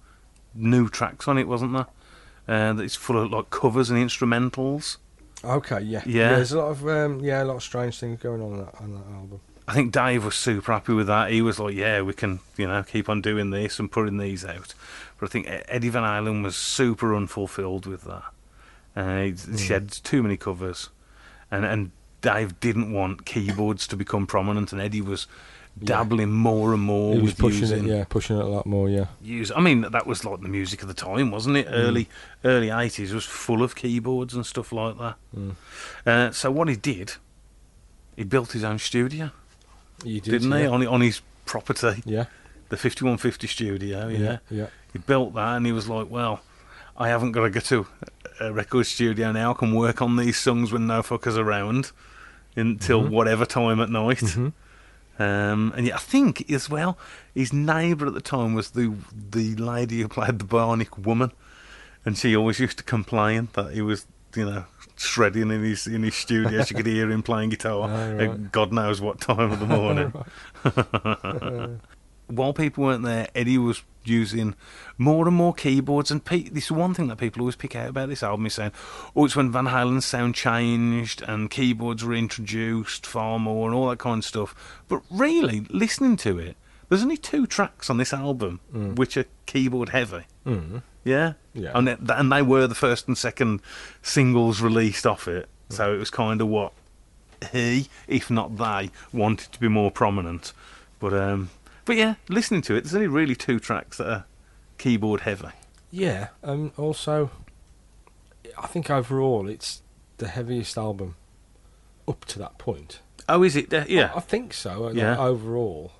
[SPEAKER 1] new tracks on it, wasn't there? Uh, that it's full of like covers and instrumentals.
[SPEAKER 2] Okay, yeah.
[SPEAKER 1] Yeah.
[SPEAKER 2] There's a lot of, um, yeah, a lot of strange things going on on that, on that album.
[SPEAKER 1] I think Dave was super happy with that. He was like, "Yeah, we can, you know, keep on doing this and putting these out." But I think E- Eddie Van Halen was super unfulfilled with that. Uh, he,
[SPEAKER 2] Hmm.
[SPEAKER 1] he had too many covers, and and Dave didn't want keyboards to become prominent, and Eddie was dabbling more and more
[SPEAKER 2] He was
[SPEAKER 1] with
[SPEAKER 2] pushing
[SPEAKER 1] using.
[SPEAKER 2] it, yeah, pushing it a lot more, yeah.
[SPEAKER 1] use- I mean, that was like the music of the time, wasn't
[SPEAKER 2] Hmm.
[SPEAKER 1] it? Early early eighties was full of keyboards and stuff like that.
[SPEAKER 2] Mm.
[SPEAKER 1] Uh, so what he did, he built his own studio
[SPEAKER 2] You did,
[SPEAKER 1] didn't
[SPEAKER 2] yeah.
[SPEAKER 1] he? On, on his property.
[SPEAKER 2] Yeah.
[SPEAKER 1] the 5150 studio, yeah.
[SPEAKER 2] yeah.
[SPEAKER 1] [LAUGHS] He built that and he was like, well, I haven't got to go to a record studio now. I can work on these songs when no fuckers around until
[SPEAKER 2] Mhm.
[SPEAKER 1] whatever time at night.
[SPEAKER 2] Mhm.
[SPEAKER 1] Um, and yeah, I think as well, his neighbour at the time was the the lady who played the Bionic Woman, and she always used to complain that he was, you know, shredding in his in his studio. she could hear him playing
[SPEAKER 2] [LAUGHS]
[SPEAKER 1] guitar
[SPEAKER 2] Ah,
[SPEAKER 1] at
[SPEAKER 2] right.
[SPEAKER 1] God knows what time of the
[SPEAKER 2] [LAUGHS]
[SPEAKER 1] morning. While people weren't there, Eddie was using more and more keyboards. And pe- this is one thing that people always pick out about this album is saying, oh, it's when Van Halen's sound changed and keyboards were introduced far more and all that kind of stuff. But really, listening to it, there's only two tracks on this album
[SPEAKER 2] Mm.
[SPEAKER 1] which are keyboard heavy.
[SPEAKER 2] Mm.
[SPEAKER 1] Yeah?
[SPEAKER 2] Yeah.
[SPEAKER 1] And, it, and they were the first and second singles released off it. So it was kind of what he, if not they, wanted to be more prominent. But um, but yeah, listening to it, there's only really two tracks that are keyboard heavy.
[SPEAKER 2] Yeah, and also, I think overall it's the heaviest album up to that point.
[SPEAKER 1] Oh, is it? Uh, yeah.
[SPEAKER 2] I, I think so. like,
[SPEAKER 1] Yeah.
[SPEAKER 2] overall,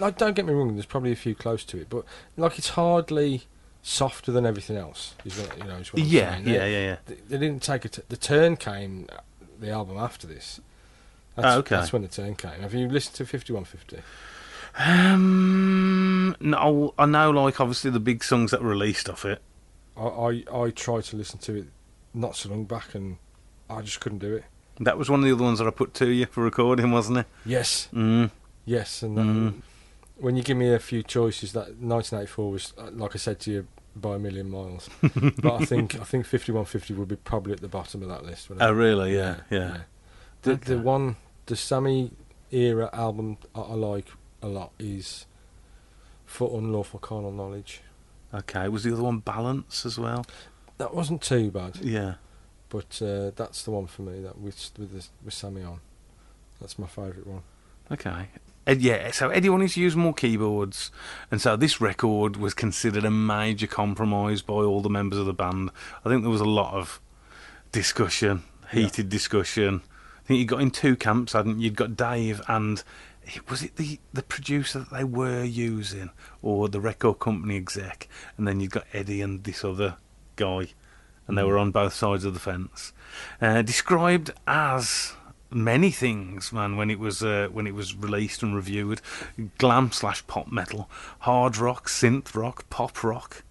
[SPEAKER 2] like, don't get me wrong. There's probably a few close to it, but like, it's hardly softer than everything else. Is what, you know, is what I'm
[SPEAKER 1] yeah,
[SPEAKER 2] saying. They-
[SPEAKER 1] yeah, yeah, yeah.
[SPEAKER 2] They, they didn't take it. The turn came. uh, The album after this. That's,
[SPEAKER 1] Oh, okay.
[SPEAKER 2] That's when the turn came. Have you listened to 5150?
[SPEAKER 1] Um, no, I know, like, obviously the big songs that were released off it.
[SPEAKER 2] I, I I tried to listen to it not so long back, and I just couldn't do it.
[SPEAKER 1] That was one of the other ones that I put to you for recording, wasn't it?
[SPEAKER 2] Yes,
[SPEAKER 1] Mm.
[SPEAKER 2] Yes, and that,
[SPEAKER 1] Mm.
[SPEAKER 2] when you give me a few choices, that 1984 was, uh, like I said to you, by a
[SPEAKER 1] [LAUGHS]
[SPEAKER 2] million miles. but I think I think 5150 would be probably at the bottom of that list. wouldn't
[SPEAKER 1] Oh,
[SPEAKER 2] it?
[SPEAKER 1] really? Yeah, yeah.
[SPEAKER 2] The
[SPEAKER 1] Okay.
[SPEAKER 2] the one the Sammy era album I, I like a lot is For Unlawful Carnal Knowledge.
[SPEAKER 1] Okay. Was the other one Balance as well?
[SPEAKER 2] That wasn't too bad,
[SPEAKER 1] Yeah.
[SPEAKER 2] but uh, that's the one for me. That with with, the, with Sammy on. That's my favourite one.
[SPEAKER 1] Okay. Ed, yeah, so Eddie wanted to use more keyboards, and so this record was considered a major compromise by all the members of the band. I think there was a lot of discussion, heated discussion. I think you got in two camps, hadn't you? You'd got Dave and was it the, the producer that they were using, or the record company exec, and then you'd got Eddie and this other guy, and they were on both sides of the fence. Uh, described as many things, man, when it was uh, when it was released and reviewed, glam slash pop metal, hard rock, synth rock, pop rock,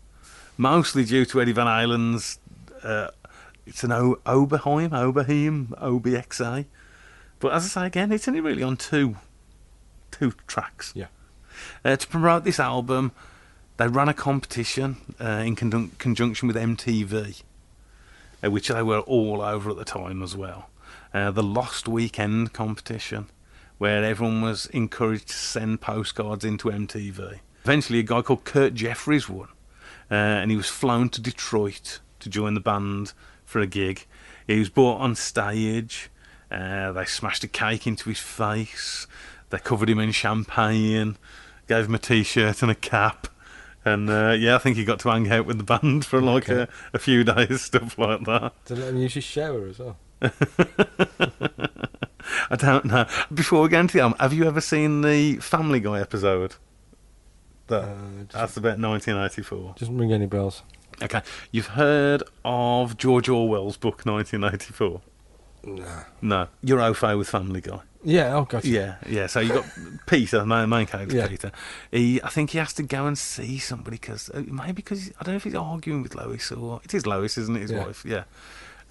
[SPEAKER 1] mostly due to Eddie Van Halen's. Uh, it's an o- Oberheim, Oberheim, OBXA. But as I say again, it's only really on two, two tracks.
[SPEAKER 2] Yeah.
[SPEAKER 1] Uh, to promote this album, they ran a competition uh, in conjun- conjunction with MTV, uh, which they were all over at the time as well. Uh, the Lost Weekend competition, where everyone was encouraged to send postcards into MTV. Eventually, a guy called Kurt Jeffries won, uh, and he was flown to Detroit to join the band for a gig. He was brought on stage. Uh, they smashed a cake into his face. They covered him in champagne, gave him a t-shirt and a cap, and uh, yeah, I think he got to hang out with the band for like
[SPEAKER 2] Okay.
[SPEAKER 1] a, a few days, [LAUGHS] stuff like that.
[SPEAKER 2] Did let him use his shower as well?
[SPEAKER 1] I don't know. Before we get into the album, have you ever seen the Family Guy episode? That,
[SPEAKER 2] Uh,
[SPEAKER 1] that's about 1984.
[SPEAKER 2] Doesn't ring any bells.
[SPEAKER 1] Okay, you've heard of George Orwell's book 1984?
[SPEAKER 2] Nah.
[SPEAKER 1] No, you're au fait with Family Guy.
[SPEAKER 2] Yeah, oh god.
[SPEAKER 1] Yeah, yeah. So you got Peter, the main, main character,
[SPEAKER 2] Yeah.
[SPEAKER 1] Peter. He, I think he has to go and see somebody because maybe because I don't know if he's arguing with Lois or it is Lois, isn't it? His
[SPEAKER 2] Yeah.
[SPEAKER 1] wife. Yeah.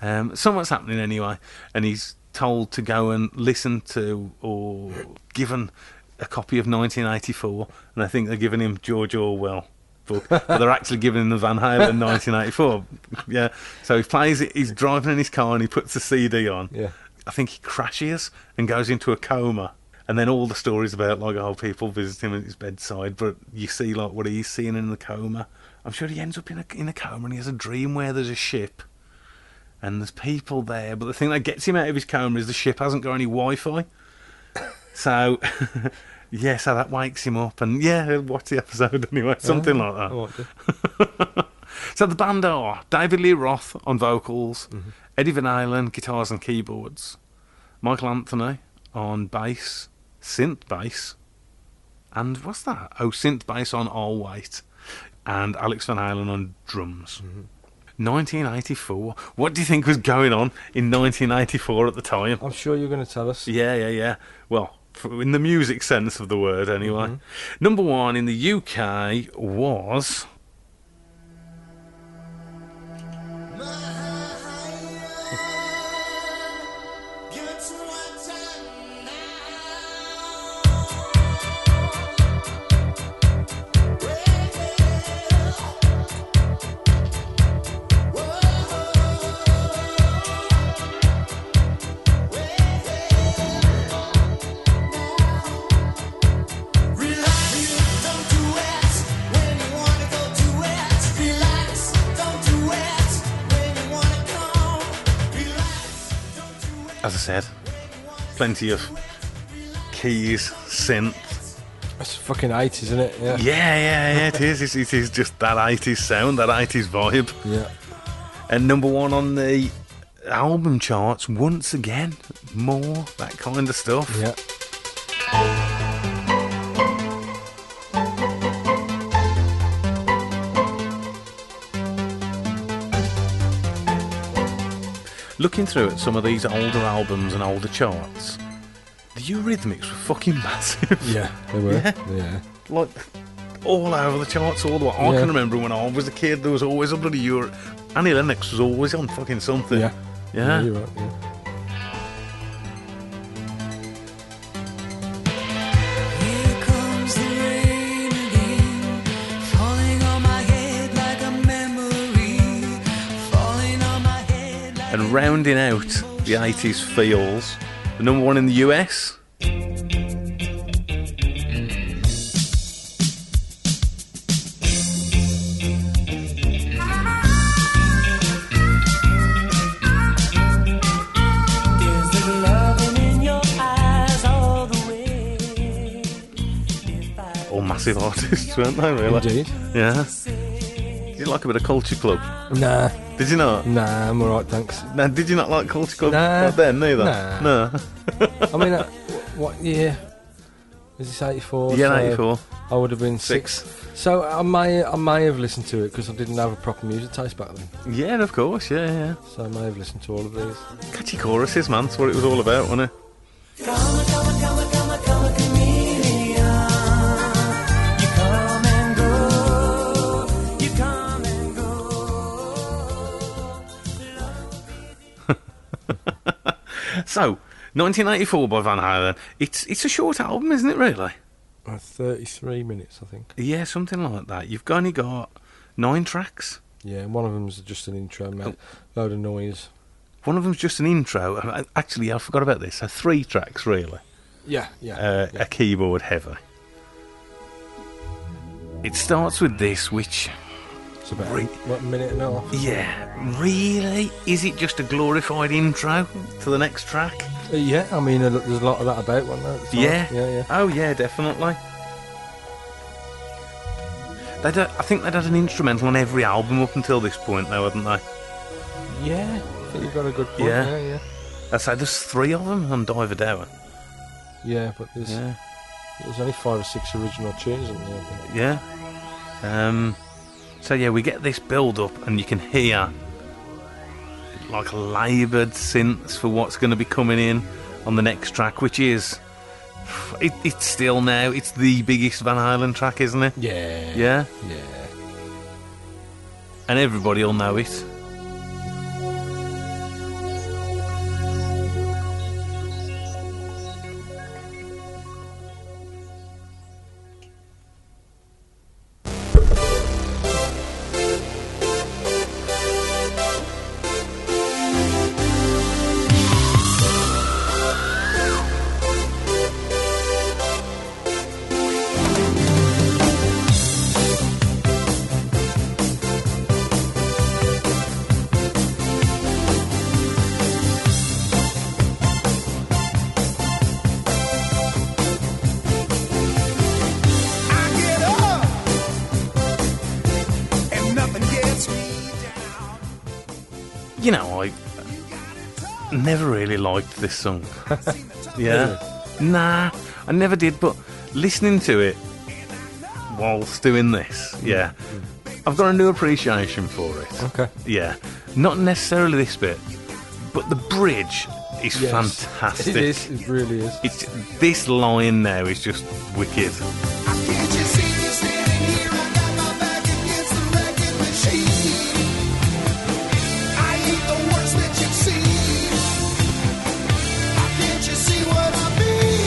[SPEAKER 1] Um, something's happening anyway, and he's told to go and listen to or given a copy of 1984, and I think they're giving him George Orwell. Book, but they're actually giving him the Van
[SPEAKER 2] [LAUGHS]
[SPEAKER 1] Halen 1984. Yeah, so he plays it. He's driving in his car and he puts the CD on,
[SPEAKER 2] Yeah.
[SPEAKER 1] I think he crashes and goes into a coma. And then all the stories about like old people visit him at his bedside, but you see like what he's seeing in the coma. I'm sure he ends up in a in a coma and he has a dream where there's a ship and there's people there. But the thing that gets him out of his coma is the ship hasn't got any Wi-Fi. [LAUGHS] So [LAUGHS] yeah, so that wakes him up and yeah, watch the episode anyway, something like that.
[SPEAKER 2] I won't do.
[SPEAKER 1] So the band are David Lee Roth on vocals, Eddie Van Halen guitars and keyboards, Michael Anthony on bass, synth bass, and what's that? Oh, synth bass on All White, and Alex Van Halen on drums. 1984. What do you think was going on in 1984 at the time?
[SPEAKER 2] I'm sure you're going to tell us.
[SPEAKER 1] Yeah, yeah, yeah. Well, f- in the music sense of the word, anyway. Number one in the UK was. As I said, plenty of keys, synth.
[SPEAKER 2] It's fucking 80s, isn't it? Yeah.
[SPEAKER 1] Yeah, yeah, yeah, it is. It's, it is just that 80s sound, that 80s vibe.
[SPEAKER 2] Yeah.
[SPEAKER 1] And number one on the album charts once again. More, that kind of stuff.
[SPEAKER 2] Yeah.
[SPEAKER 1] Looking through at some of these older albums and older charts, the Eurythmics were fucking [LAUGHS] massive.
[SPEAKER 2] Yeah. They were. Yeah.
[SPEAKER 1] like, all over the charts, all the way. I
[SPEAKER 2] Yeah.
[SPEAKER 1] can remember when I was a kid, there was always a bloody Euro. Annie Lennox was always on fucking something.
[SPEAKER 2] Yeah.
[SPEAKER 1] Yeah.
[SPEAKER 2] you're right. Yeah.
[SPEAKER 3] Here comes the rain again, falling on my head like a memory, falling on my head like
[SPEAKER 1] And rounding out the 80s feels, the number one in the US.
[SPEAKER 3] there's the loving in your eyes all the way. If I
[SPEAKER 1] All Oh, massive artists, [LAUGHS] weren't they, really?
[SPEAKER 2] Indeed.
[SPEAKER 1] Yeah. Did you like a bit of Culture Club?
[SPEAKER 2] Nah.
[SPEAKER 1] Did you not?
[SPEAKER 2] Nah, I'm alright, thanks.
[SPEAKER 1] Now, did you not like Culture Club
[SPEAKER 2] Nah.
[SPEAKER 1] back then, neither?
[SPEAKER 2] Nah.
[SPEAKER 1] No.
[SPEAKER 2] I mean, uh, what year? Is this 84?
[SPEAKER 1] Yeah,
[SPEAKER 2] So
[SPEAKER 1] 94.
[SPEAKER 2] I would have been six.
[SPEAKER 1] Six.
[SPEAKER 2] So I may, I may have listened to it because I didn't have a proper music taste back then.
[SPEAKER 1] Yeah, of course, yeah, yeah.
[SPEAKER 2] So I may have listened to all of these.
[SPEAKER 1] Catchy choruses, man. That's what it was all about, wasn't it?
[SPEAKER 3] Come a, come a, come a, come a, come a chameleon. You come and go, you come and go.
[SPEAKER 1] So, 1984 by Van Halen. It's it's a short album, isn't it, really?
[SPEAKER 2] Uh, 33 minutes, I think.
[SPEAKER 1] Yeah, something like that. You've only got nine tracks.
[SPEAKER 2] Yeah, one of them's just an intro, man. Load of noise.
[SPEAKER 1] One of them's just an intro. and I- Actually, I forgot about this. So, three tracks, really.
[SPEAKER 2] Yeah, yeah.
[SPEAKER 1] Uh,
[SPEAKER 2] yeah.
[SPEAKER 1] A keyboard heavy. It starts with this, which
[SPEAKER 2] It's about
[SPEAKER 1] re-
[SPEAKER 2] what, a minute and a half.
[SPEAKER 1] Yeah, really? Is it just a glorified intro to the next track?
[SPEAKER 2] Uh, yeah, I mean, uh, look, there's a lot of that about, wasn't there? at the time?
[SPEAKER 1] yeah.
[SPEAKER 2] Yeah, yeah.
[SPEAKER 1] Oh yeah, definitely. They don't, I think they'd had an instrumental on every album up until this point, though, hadn't they?
[SPEAKER 2] Yeah, I think you've got a good point.
[SPEAKER 1] Yeah.
[SPEAKER 2] Yeah, yeah.
[SPEAKER 1] I say there's three of them on Diver Dower.
[SPEAKER 2] Yeah, but there's,
[SPEAKER 1] Yeah,
[SPEAKER 2] there's only five or six original tunes in there. I think.
[SPEAKER 1] yeah. Um, so yeah, we get this build up, and you can hear like laboured synths for what's going to be coming in on the next track, which is it, it's still now it's the biggest Van Halen track, isn't it?
[SPEAKER 2] Yeah.
[SPEAKER 1] Yeah,
[SPEAKER 2] Yeah.
[SPEAKER 1] and everybody will know it.
[SPEAKER 4] I get up and nothing gets me down.
[SPEAKER 1] You know, I
[SPEAKER 4] You got it tough.
[SPEAKER 1] never really liked this song.
[SPEAKER 4] Seen the tough
[SPEAKER 1] Yeah. Nah, I never did, but listening to it whilst doing this, yeah, I've got a new appreciation for it.
[SPEAKER 2] Okay.
[SPEAKER 1] Yeah, not necessarily this bit, but the bridge is
[SPEAKER 2] Yes.
[SPEAKER 1] fantastic.
[SPEAKER 2] It is. It really is.
[SPEAKER 1] It's this line now is just wicked.
[SPEAKER 4] Can't you see me standing here? I got my back against the wrecking machine. I ain't the worst that you've seen. Can't you see what I mean?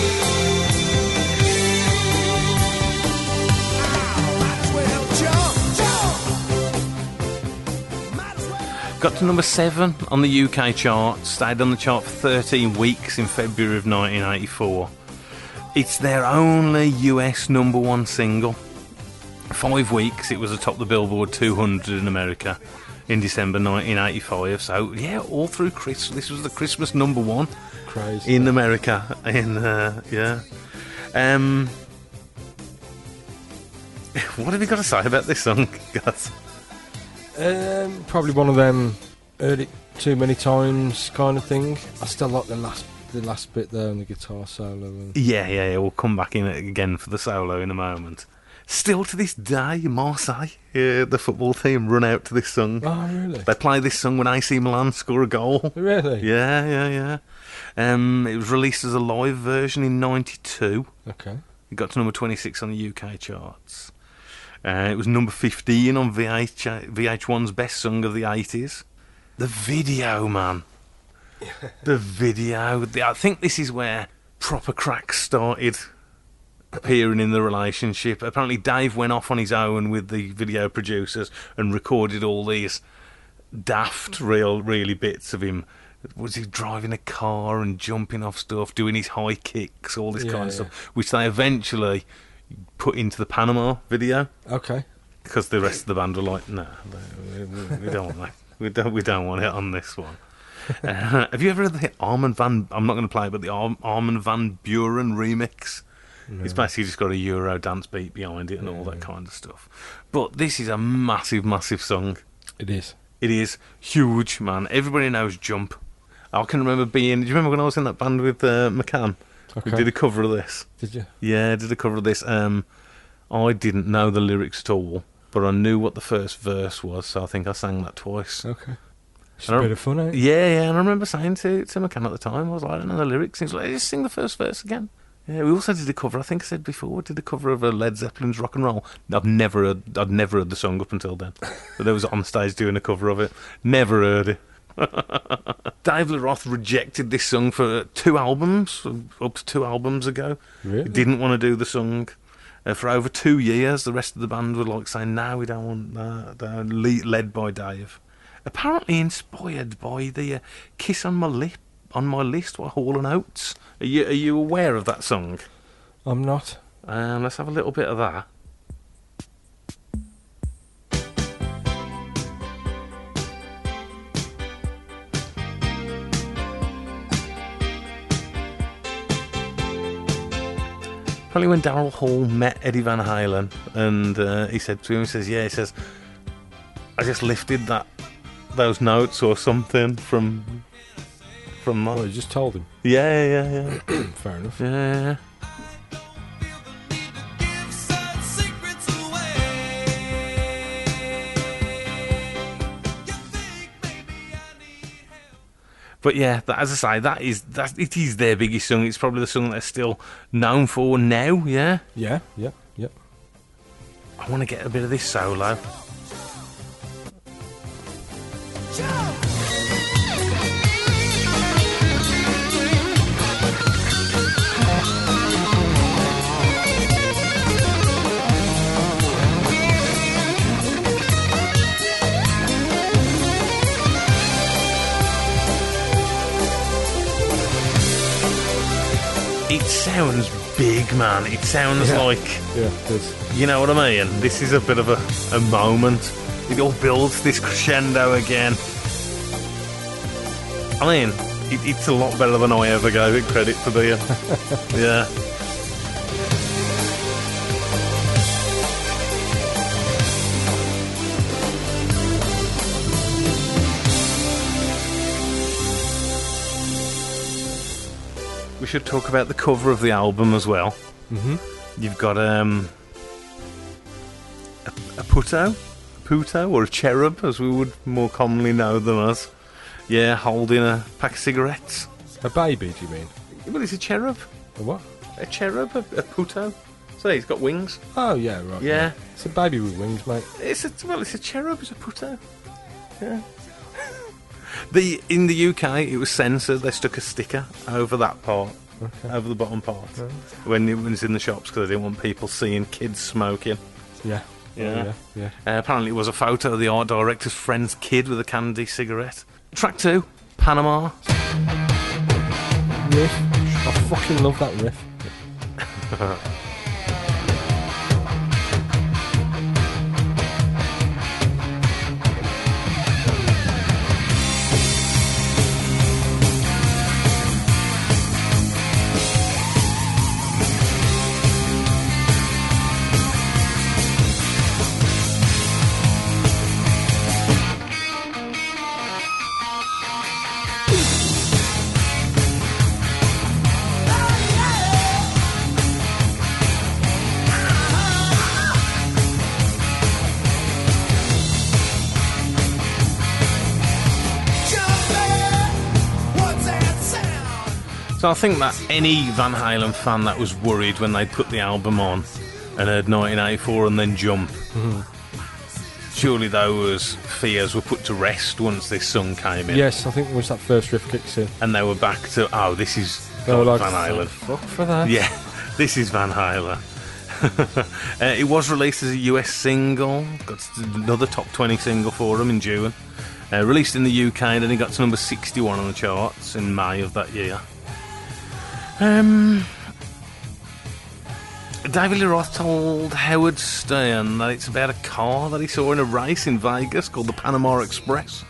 [SPEAKER 4] Might as well jump, jump. Might as well.
[SPEAKER 1] Got to number seven on the UK chart, stayed on the chart for 13 weeks in February of 1984. It's their only US number one single. Five weeks it was atop the Billboard 200 in America in December 1985. So, yeah, all through Christmas. This was the Christmas number one
[SPEAKER 2] Crazy.
[SPEAKER 1] in America. In uh, Yeah. Um, [LAUGHS] what have you got to say about this song, [LAUGHS] guys?
[SPEAKER 2] Um, probably one of them heard it too many times kind of thing. I still like the last the last bit there on the guitar solo. And
[SPEAKER 1] Yeah, yeah, yeah. We'll come back in it again for the solo in a moment. Still to this day, Marseille, uh, the football team, run out to this song.
[SPEAKER 2] oh really?
[SPEAKER 1] They play this song when AC Milan score a goal. [LAUGHS]
[SPEAKER 2] Really?
[SPEAKER 1] Yeah, yeah, yeah. Um, it was released as a live version in '92.
[SPEAKER 2] Okay.
[SPEAKER 1] It got to number 26 on the UK charts. Uh, it was number 15 on VH, VH1's Best Song of the 80s. The video, man. the video. The- I think this is where proper cracks started appearing in the relationship. Apparently, Dave went off on his own with the video producers and recorded all these daft, real, really bits of him. Was he driving a car and jumping off stuff, doing his high kicks, all this
[SPEAKER 2] Yeah,
[SPEAKER 1] kind of
[SPEAKER 2] yeah.
[SPEAKER 1] stuff? which they eventually put into the Panama video
[SPEAKER 2] Okay.
[SPEAKER 1] because the rest of the band were like, "No, we, we- we don't want that. We don't. We don't want it on this one." Uh, have you ever heard the Armin van? I'm not going to play it, but the Arm, Armin van Buren remix. It's basically just got a Euro dance beat behind it and all that kind of stuff. But this is a massive, massive song.
[SPEAKER 2] It is.
[SPEAKER 1] It is huge, man. Everybody knows Jump. I can remember being. Do you remember when I was in that band with uh, McCann? We
[SPEAKER 2] Okay.
[SPEAKER 1] did a cover of this.
[SPEAKER 2] Did you?
[SPEAKER 1] Yeah, I did a cover of this. Um, I didn't know the lyrics at all, but I knew what the first verse was, so I think I sang that twice.
[SPEAKER 2] Okay. It's
[SPEAKER 1] I
[SPEAKER 2] a
[SPEAKER 1] don't-
[SPEAKER 2] bit of fun, eh?
[SPEAKER 1] Yeah, yeah, and I remember saying to, to McCann at the time, I was like, I don't know the lyrics. He's like, just sing the first verse again. Yeah, we also did a cover, I think I said before, did a cover of a Led Zeppelin's Rock and Roll. I've never heard, I'd never heard the song up until then. but there was on stage doing a cover of it. Never heard it. Dave LaRoth rejected this song for two albums, up to two albums ago.
[SPEAKER 2] Really?
[SPEAKER 1] He didn't want to do the song. Uh, for over two years, the rest of the band were like saying, "No, we don't want that." They're le- led by Dave, apparently inspired by the uh, "Kiss on My Lip" on my list by Hall and Oates. Are you are you aware of that song?
[SPEAKER 2] I'm not.
[SPEAKER 1] Um, let's have a little bit of that. Probably when Daryl Hall met Eddie Van Halen, and uh, he said to him, he says, "Yeah," he says, "I just lifted that those notes or something from from my
[SPEAKER 2] Well, Oh, you just told him.
[SPEAKER 1] yeah yeah yeah
[SPEAKER 2] [CLEARS THROAT] Fair enough.
[SPEAKER 1] yeah." yeah, yeah.
[SPEAKER 3] Give such secrets away. You think maybe I need help?
[SPEAKER 1] But yeah, that, as I say, that is that it is their biggest song. It's probably the song they're still known for now. Yeah,
[SPEAKER 2] Yeah. Yeah. Yeah.
[SPEAKER 1] I want to get a bit of this solo. It sounds big, man. It sounds
[SPEAKER 2] Yeah.
[SPEAKER 1] like
[SPEAKER 2] Yeah. It is.
[SPEAKER 1] you know what I mean? This is a bit of a, a moment. It all builds this crescendo again. I mean, it, it's a lot better than I ever gave it credit for being. yeah. We should talk about the cover of the album as well. You've got um, a, a puto, a puto, or a cherub, as we would more commonly know them as. Yeah, holding a pack of cigarettes.
[SPEAKER 2] A baby, do you mean?
[SPEAKER 1] Well, it's a cherub.
[SPEAKER 2] A what?
[SPEAKER 1] A cherub, a, a puto. So he's got wings.
[SPEAKER 2] Oh, yeah, right.
[SPEAKER 1] Yeah.
[SPEAKER 2] It's a baby with wings, mate.
[SPEAKER 1] It's a well, it's a cherub, it's a puto. Yeah. [LAUGHS] the in the UK, it was censored. They stuck a sticker over that part, over the bottom part, when it was in the shops because they didn't want people seeing kids smoking.
[SPEAKER 2] Yeah.
[SPEAKER 1] Yeah.
[SPEAKER 2] Yeah. yeah.
[SPEAKER 1] Uh, apparently, it was a photo of the art director's friend's kid with a candy cigarette. Track two, Panama.
[SPEAKER 2] Riff. I fucking love that riff.
[SPEAKER 4] What's that sound?
[SPEAKER 1] So I think that any Van Halen fan that was worried when they put the album on and heard 1984 and then Jump,
[SPEAKER 2] Mm-hmm.
[SPEAKER 1] surely those fears were put to rest once this song came in.
[SPEAKER 2] Yes, I think once that first riff kicks in,
[SPEAKER 1] And they were back to, oh, this is
[SPEAKER 2] they were like,
[SPEAKER 1] Van Halen.
[SPEAKER 2] fuck for that.
[SPEAKER 1] Yeah, [LAUGHS] this is Van Halen. [LAUGHS] uh, it was released as a US single, got s- another top 20 single for them in June. Uh, released in the UK, then it got to number 61 on the charts in May of that year. Um, David Lee Roth told Howard Stern that it's about a car that he saw in a race in Vegas called the Panama Express.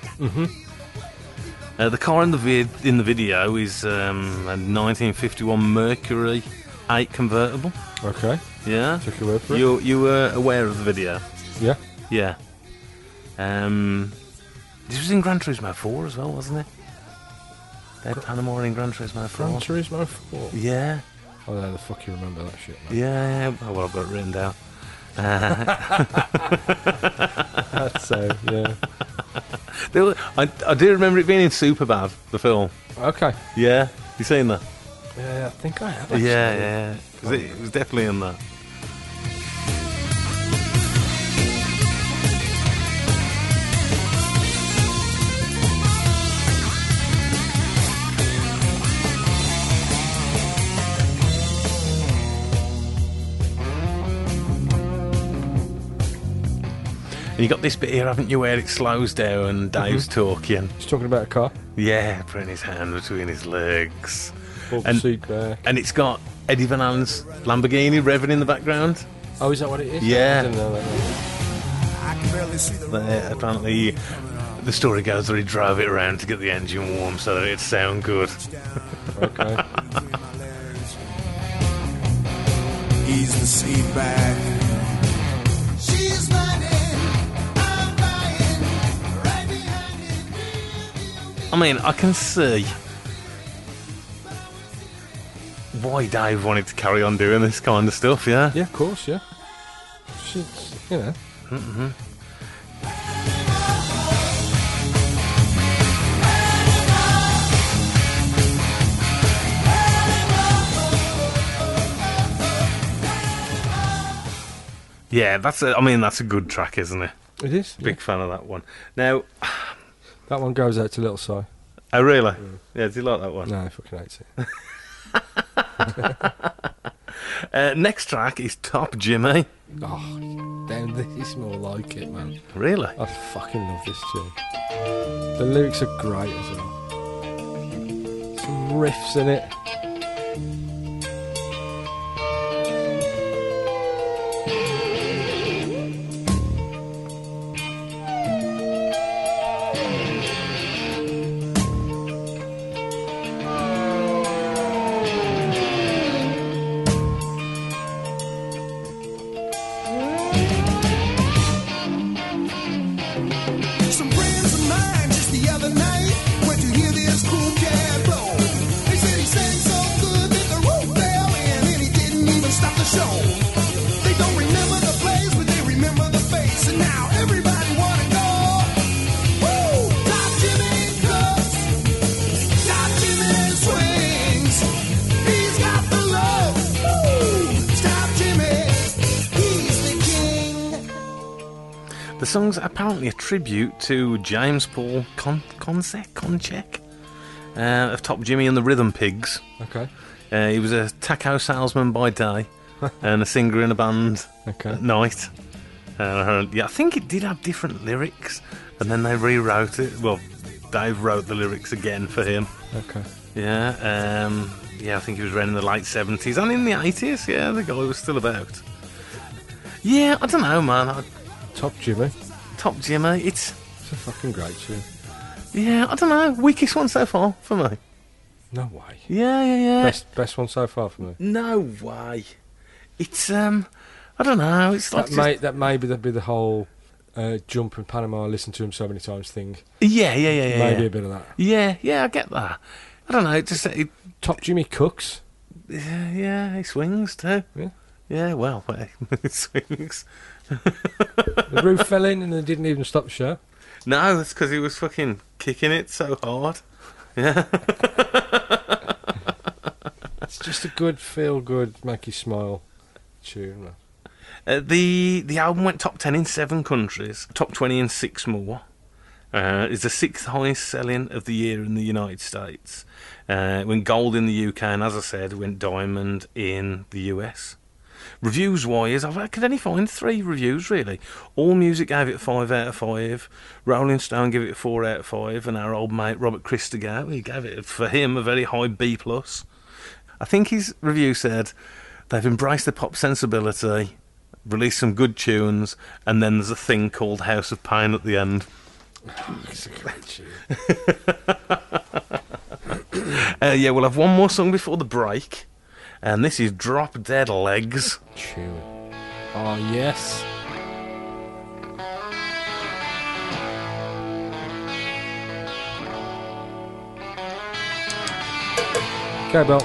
[SPEAKER 1] Uh, the car in the vid- in the video is um, a 1951 Mercury 8 convertible.
[SPEAKER 2] Okay.
[SPEAKER 1] Yeah,
[SPEAKER 2] Took your word for it.
[SPEAKER 1] you you were aware of the video.
[SPEAKER 2] Yeah.
[SPEAKER 1] Yeah. Um, this was in Gran Turismo 4 as well, wasn't it? They had Panama in Gran Turismo 4.
[SPEAKER 2] Gran Turismo 4.
[SPEAKER 1] yeah,
[SPEAKER 2] Oh, no, the fuck you remember that shit, mate.
[SPEAKER 1] yeah. Oh, well, I've got it written down. [LAUGHS]
[SPEAKER 2] That's [LAUGHS] so, yeah.
[SPEAKER 1] There were- I, I do remember it being in Superbad, the film.
[SPEAKER 2] Okay.
[SPEAKER 1] Yeah, you seen that?
[SPEAKER 2] Yeah, I think I have.
[SPEAKER 1] Yeah,
[SPEAKER 2] actually.
[SPEAKER 1] yeah. 'Cause It, it was definitely in that. And you got this bit here, haven't you, where it slows down and Dave's talking.
[SPEAKER 2] He's talking about a car.
[SPEAKER 1] Yeah, putting his hand between his legs.
[SPEAKER 2] Pulled
[SPEAKER 1] And-
[SPEAKER 2] the seat back.
[SPEAKER 1] And it's got Eddie Van Halen's Lamborghini revving in the background.
[SPEAKER 2] Oh, is that what it is?
[SPEAKER 1] Yeah.
[SPEAKER 2] I didn't know that.
[SPEAKER 4] I can barely see the
[SPEAKER 1] There, apparently, [LAUGHS] the story goes that he drove it around to get the engine warm so that it'd sound good.
[SPEAKER 2] Okay.
[SPEAKER 4] Ease the seat back. She's running, I'm buying, right behind it.
[SPEAKER 1] I mean, I can see why Dave wanted to carry on doing this kind of stuff, yeah?
[SPEAKER 2] yeah, of course, yeah. Shit's, you know.
[SPEAKER 1] Yeah, that's a, I mean, that's a good track, isn't it?
[SPEAKER 2] It is.
[SPEAKER 1] Big fan of that one. Now,
[SPEAKER 2] yeah. That one goes out to Little Si.
[SPEAKER 1] oh, really? Yeah, do you like that one?
[SPEAKER 2] No, I fucking hates it.
[SPEAKER 1] Uh, next track is Top Jimmy.
[SPEAKER 2] Oh, damn, this is more like it, man.
[SPEAKER 1] Really?
[SPEAKER 2] I fucking love this tune. The lyrics are great as well. Some riffs in it.
[SPEAKER 4] Some friends of mine just the other night went to hear this cool cat blow. They said he sang so good that the
[SPEAKER 1] The song's apparently a tribute to James Paul Con- Conce- Konchek uh, of Top Jimmy and the Rhythm Pigs.
[SPEAKER 2] Okay.
[SPEAKER 1] Uh, he was a taco salesman by day and a singer in a band
[SPEAKER 2] Okay.
[SPEAKER 1] at night. Uh, yeah, I think it did have different lyrics, and then they rewrote it. Well, Dave wrote the lyrics again for him.
[SPEAKER 2] Okay.
[SPEAKER 1] Yeah, um, yeah, I think he was around in the late seventies and in the eighties. Yeah, the guy was still about. Yeah, I don't know, man. I,
[SPEAKER 2] Top Jimmy.
[SPEAKER 1] Top Jimmy, it's
[SPEAKER 2] It's a fucking great tune.
[SPEAKER 1] yeah, I don't know, weakest one so far for me.
[SPEAKER 2] No way.
[SPEAKER 1] Yeah, yeah, yeah.
[SPEAKER 2] Best best one so far for me.
[SPEAKER 1] No way. It's um, I don't know. It's like
[SPEAKER 2] That
[SPEAKER 1] just-
[SPEAKER 2] may that may be the, be the whole uh, jump in Panama. Listen to him so many times thing.
[SPEAKER 1] yeah, yeah, yeah, yeah.
[SPEAKER 2] Maybe
[SPEAKER 1] yeah.
[SPEAKER 2] a bit of that.
[SPEAKER 1] Yeah, yeah, I get that. I don't know. It just it,
[SPEAKER 2] Top Jimmy Cooks.
[SPEAKER 1] yeah, yeah, he swings too.
[SPEAKER 2] Yeah.
[SPEAKER 1] Yeah, well, [LAUGHS] he swings.
[SPEAKER 2] The roof fell in and they didn't even stop the show.
[SPEAKER 1] No, it's because he was fucking kicking it so hard. [LAUGHS]
[SPEAKER 2] It's just a good feel good, make you smile tune. man.
[SPEAKER 1] Uh, the the album went top ten in seven countries, top twenty in six more. Uh, it's the sixth highest selling of the year in the United States. Uh, it went gold in the UK, and as I said, it went diamond in the US. Reviews wise, I've- I could only find three reviews really. All Music gave it five out of five. Rolling Stone gave it four out of five, and our old mate Robert Christgau, he gave it for him a very high B plus. I think his review said they've embraced the pop sensibility, released some good tunes, and then there's a thing called House of Pain at the end.
[SPEAKER 2] It's a great tune.
[SPEAKER 1] Uh, yeah, we'll have one more song before the break, and this is Drop Dead Legs.
[SPEAKER 2] tune. Oh yes. Okay, Bill.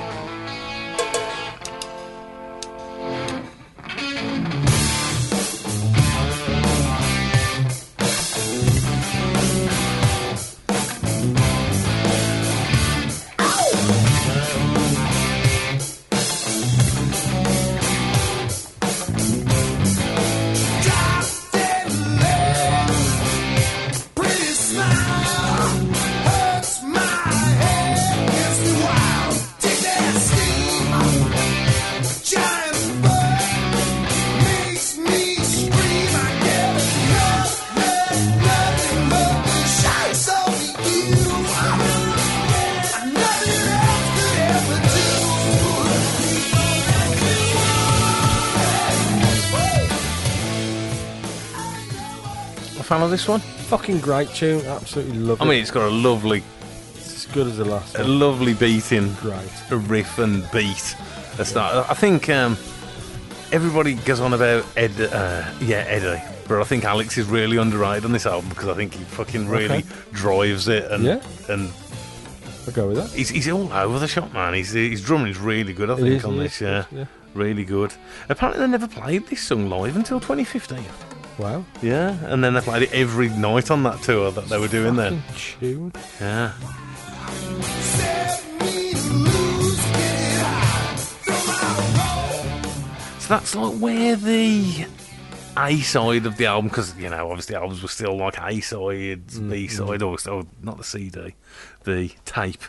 [SPEAKER 4] Nothing else could ever do.
[SPEAKER 1] A fan of this one?
[SPEAKER 2] Fucking great tune. Absolutely love
[SPEAKER 1] I
[SPEAKER 2] it.
[SPEAKER 1] mean, it's got a lovely,
[SPEAKER 2] it's as good as the last
[SPEAKER 1] a
[SPEAKER 2] one.
[SPEAKER 1] lovely beating,
[SPEAKER 2] Great.
[SPEAKER 1] a riff and beat. That's not. I think um, everybody goes on about Ed. Uh, yeah, Eddie. But I think Alex is really underrated on this album because I think he fucking really
[SPEAKER 2] Okay.
[SPEAKER 1] drives it and
[SPEAKER 2] Yeah.
[SPEAKER 1] and
[SPEAKER 2] I'll go with that.
[SPEAKER 1] He's, he's all over the shop, man. He's, his drumming's really good, I think,
[SPEAKER 2] is,
[SPEAKER 1] on
[SPEAKER 2] it
[SPEAKER 1] this.
[SPEAKER 2] is,
[SPEAKER 1] Yeah.
[SPEAKER 2] yeah.
[SPEAKER 1] really good. Apparently, they never played this song live until 2015.
[SPEAKER 2] Wow.
[SPEAKER 1] Yeah, and then they played it every night on that tour that they were doing then.
[SPEAKER 2] Fucking tune.
[SPEAKER 1] Yeah, so that's like where the A side of the album, because you know, obviously, albums were still like A sides, B
[SPEAKER 2] Mm-hmm.
[SPEAKER 1] side, or so not the CD, the tape.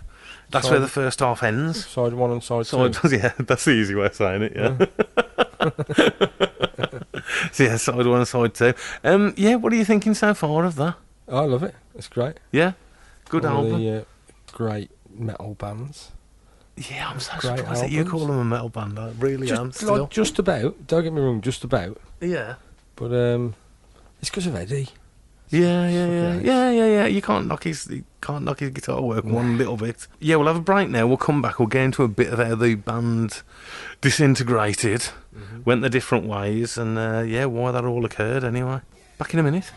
[SPEAKER 1] That's where
[SPEAKER 2] Side-
[SPEAKER 1] the first half ends.
[SPEAKER 2] Side one and side
[SPEAKER 1] Side,
[SPEAKER 2] two.
[SPEAKER 1] yeah, [LAUGHS] that's the easy way of saying it. Yeah. [LAUGHS] so yeah, side one, side two. Um, yeah, what are you thinking so far of that?
[SPEAKER 2] I love it. It's great.
[SPEAKER 1] Yeah, good
[SPEAKER 2] One of
[SPEAKER 1] album.
[SPEAKER 2] the uh, great metal bands.
[SPEAKER 1] yeah, I'm so
[SPEAKER 2] great
[SPEAKER 1] surprised that you
[SPEAKER 2] albums.
[SPEAKER 1] call them a metal band. I really am
[SPEAKER 2] Just,
[SPEAKER 1] still.
[SPEAKER 2] like, just about. Don't get me wrong. Just about.
[SPEAKER 1] yeah.
[SPEAKER 2] But um, it's because of Eddie.
[SPEAKER 1] Yeah, yeah, yeah,
[SPEAKER 2] Fucking
[SPEAKER 1] yeah, yeah, yeah. You can't knock his, you can't knock his guitar work one little bit. Yeah, we'll have a break now. We'll come back. We'll get into a bit of how the band disintegrated,
[SPEAKER 5] Mm-hmm.
[SPEAKER 1] went their different ways, and uh, yeah, why that all occurred. Anyway, back in a minute.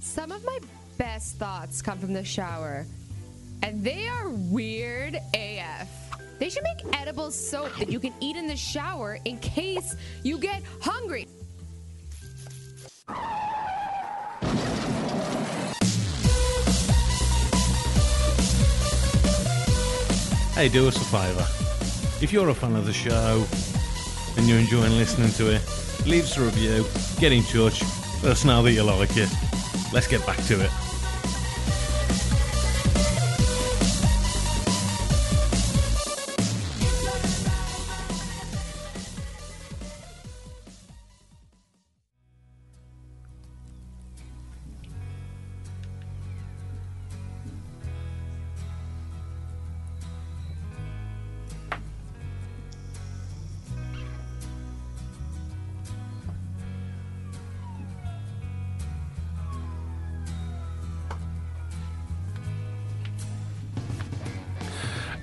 [SPEAKER 6] Some of my best thoughts come from the shower, and they are weird AF. They should make edible soap that you can eat in the shower in case you get hungry.
[SPEAKER 5] Hey, do us a favour. If you're a fan of the show and you're enjoying listening to it, leave us a review, get in touch, let us know that you like it. Let's get back to it.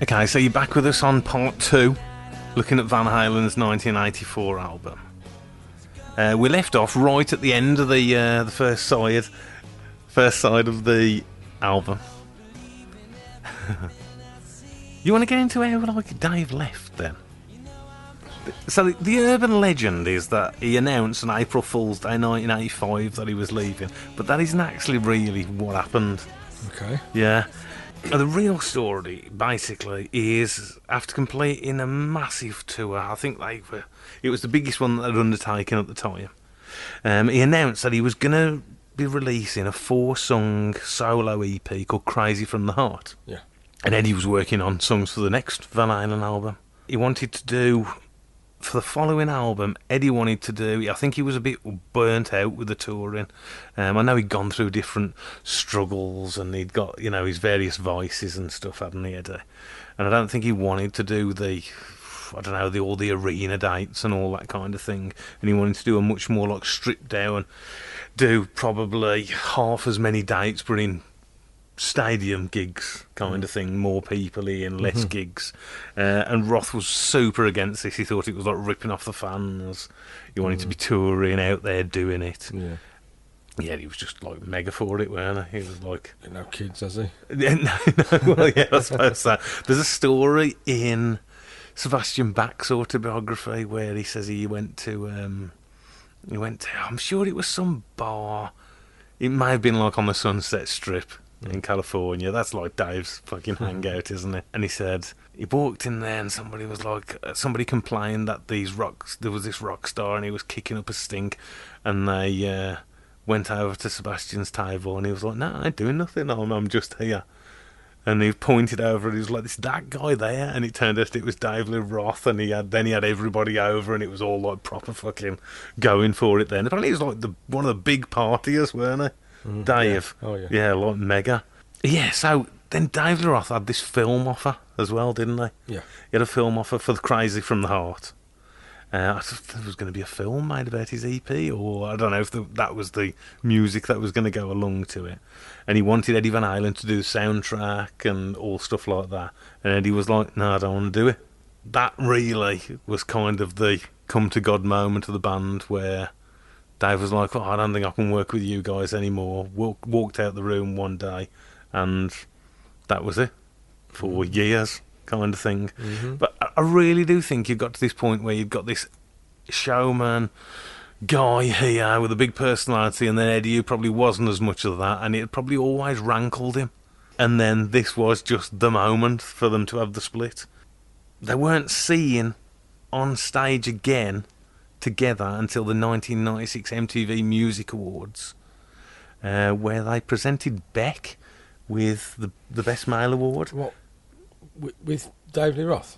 [SPEAKER 1] Okay, so you're back with us on part two, looking at Van Halen's 1984 album. Uh, we left off right at the end of the uh, the first side, first side of the album. [LAUGHS] you want to get into how like Dave left then? So the, the urban legend is that he announced on April Fool's Day 1985 that he was leaving, but that isn't actually really what happened.
[SPEAKER 2] Okay.
[SPEAKER 1] Yeah. Uh, The real story, basically, is after completing a massive tour, I think they were, it was the biggest one that they'd undertaken at the time. Um, he announced that he was going to be releasing a four song solo EP called Crazy from the Heart.
[SPEAKER 2] Yeah.
[SPEAKER 1] And Eddie was working on songs for the next Van Halen album. He wanted to do, for the following album, Eddie wanted to do, I think he was a bit burnt out with the touring. Um, I know he'd gone through different struggles and he'd got, you know, his various vices and stuff, hadn't he, Eddie? And I don't think he wanted to do the. I don't know the all the arena dates and all that kind of thing, and he wanted to do a much more like stripped down, do probably half as many dates, but in stadium gigs kind of thing, more people in, less gigs. Uh, and Roth was super against this. He thought it was like ripping off the fans. He wanted to be touring out there doing it.
[SPEAKER 2] Yeah.
[SPEAKER 1] Yeah, he was just like mega for it, weren't he? He was like, [LAUGHS]
[SPEAKER 2] No kids, has he?
[SPEAKER 1] yeah, no, no, well, yeah, I suppose so. There's a story in Sebastian Bach's autobiography where he says he went to, um, he went to, I'm sure it was some bar. It may have been like on the Sunset Strip in California. That's like Dave's fucking hangout, isn't it? And he said he walked in there and somebody was like, uh, somebody complained that these rocks, there was this rock star and he was kicking up a stink, and they. Uh, Went over to Sebastian's table and he was like, "No, I ain't doing nothing. I'm, I'm just here." and he pointed over and he was like, "It's that guy there." And it turned out it was Dave Lee Roth, and he had then he had everybody over, and it was all like proper fucking going for it. Then apparently he was like the one of the big partiers, weren't he? Dave,
[SPEAKER 2] yeah. Oh, yeah.
[SPEAKER 1] yeah, like mega, yeah. So then Dave Lee Roth had this film offer as well, didn't he?
[SPEAKER 2] Yeah.
[SPEAKER 1] he had a film offer for the Crazy from the Heart. Uh, I thought there was going to be a film made about his EP, or I don't know if the, that was the music that was going to go along to it. And he wanted Eddie Van Halen to do the soundtrack and all stuff like that. And Eddie was like, "No, I don't want to do it." That really was kind of the come to God moment of the band, where Dave was like, oh, "I don't think I can work with you guys anymore." Walk, walked out the room one day, and that was it for years, kind of thing. But I- I really do think you got to this point where you've got this showman guy here with a big personality, and then Eddie, who probably wasn't as much of that, and it probably always rankled him. And then this was just the moment for them to have the split. They weren't seen on stage again together until the 1996 MTV Music Awards, uh, where they presented Beck with the the Best Male Award.
[SPEAKER 2] What? With, with Dave Lee Roth?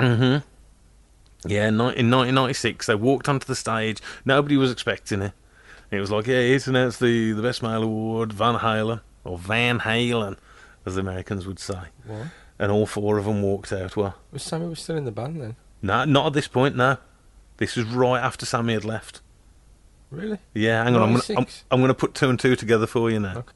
[SPEAKER 1] Yeah, ni- in 1996, they walked onto the stage. Nobody was expecting it. It was like, yeah, it's announced the, the Best Male Award, Van Halen, or Van Halen, as the Americans would say.
[SPEAKER 2] Why?
[SPEAKER 1] And all four of them walked out. Well,
[SPEAKER 2] Was Sammy was still in the band then?
[SPEAKER 1] no, not at this point, no. This was right after Sammy had left.
[SPEAKER 2] Really?
[SPEAKER 1] Yeah, hang on, I'm gonna, I'm,
[SPEAKER 2] 96?
[SPEAKER 1] I'm gonna put two and two together for you now.
[SPEAKER 2] Okay.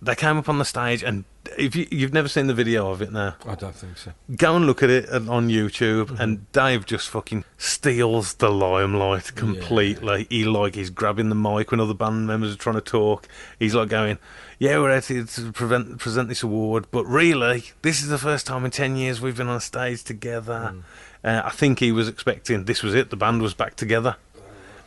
[SPEAKER 1] They came up on the stage, and if you, you've never seen the video of it now,
[SPEAKER 2] I don't think so.
[SPEAKER 1] go and look at it on on YouTube, and Dave just fucking steals the limelight completely. He like he's grabbing the mic when other band members are trying to talk. He's like going, "Yeah, we're out here to prevent, present this award, but really, this is the first time in ten years we've been on stage together." Uh, I think he was expecting this was it. The band was back together.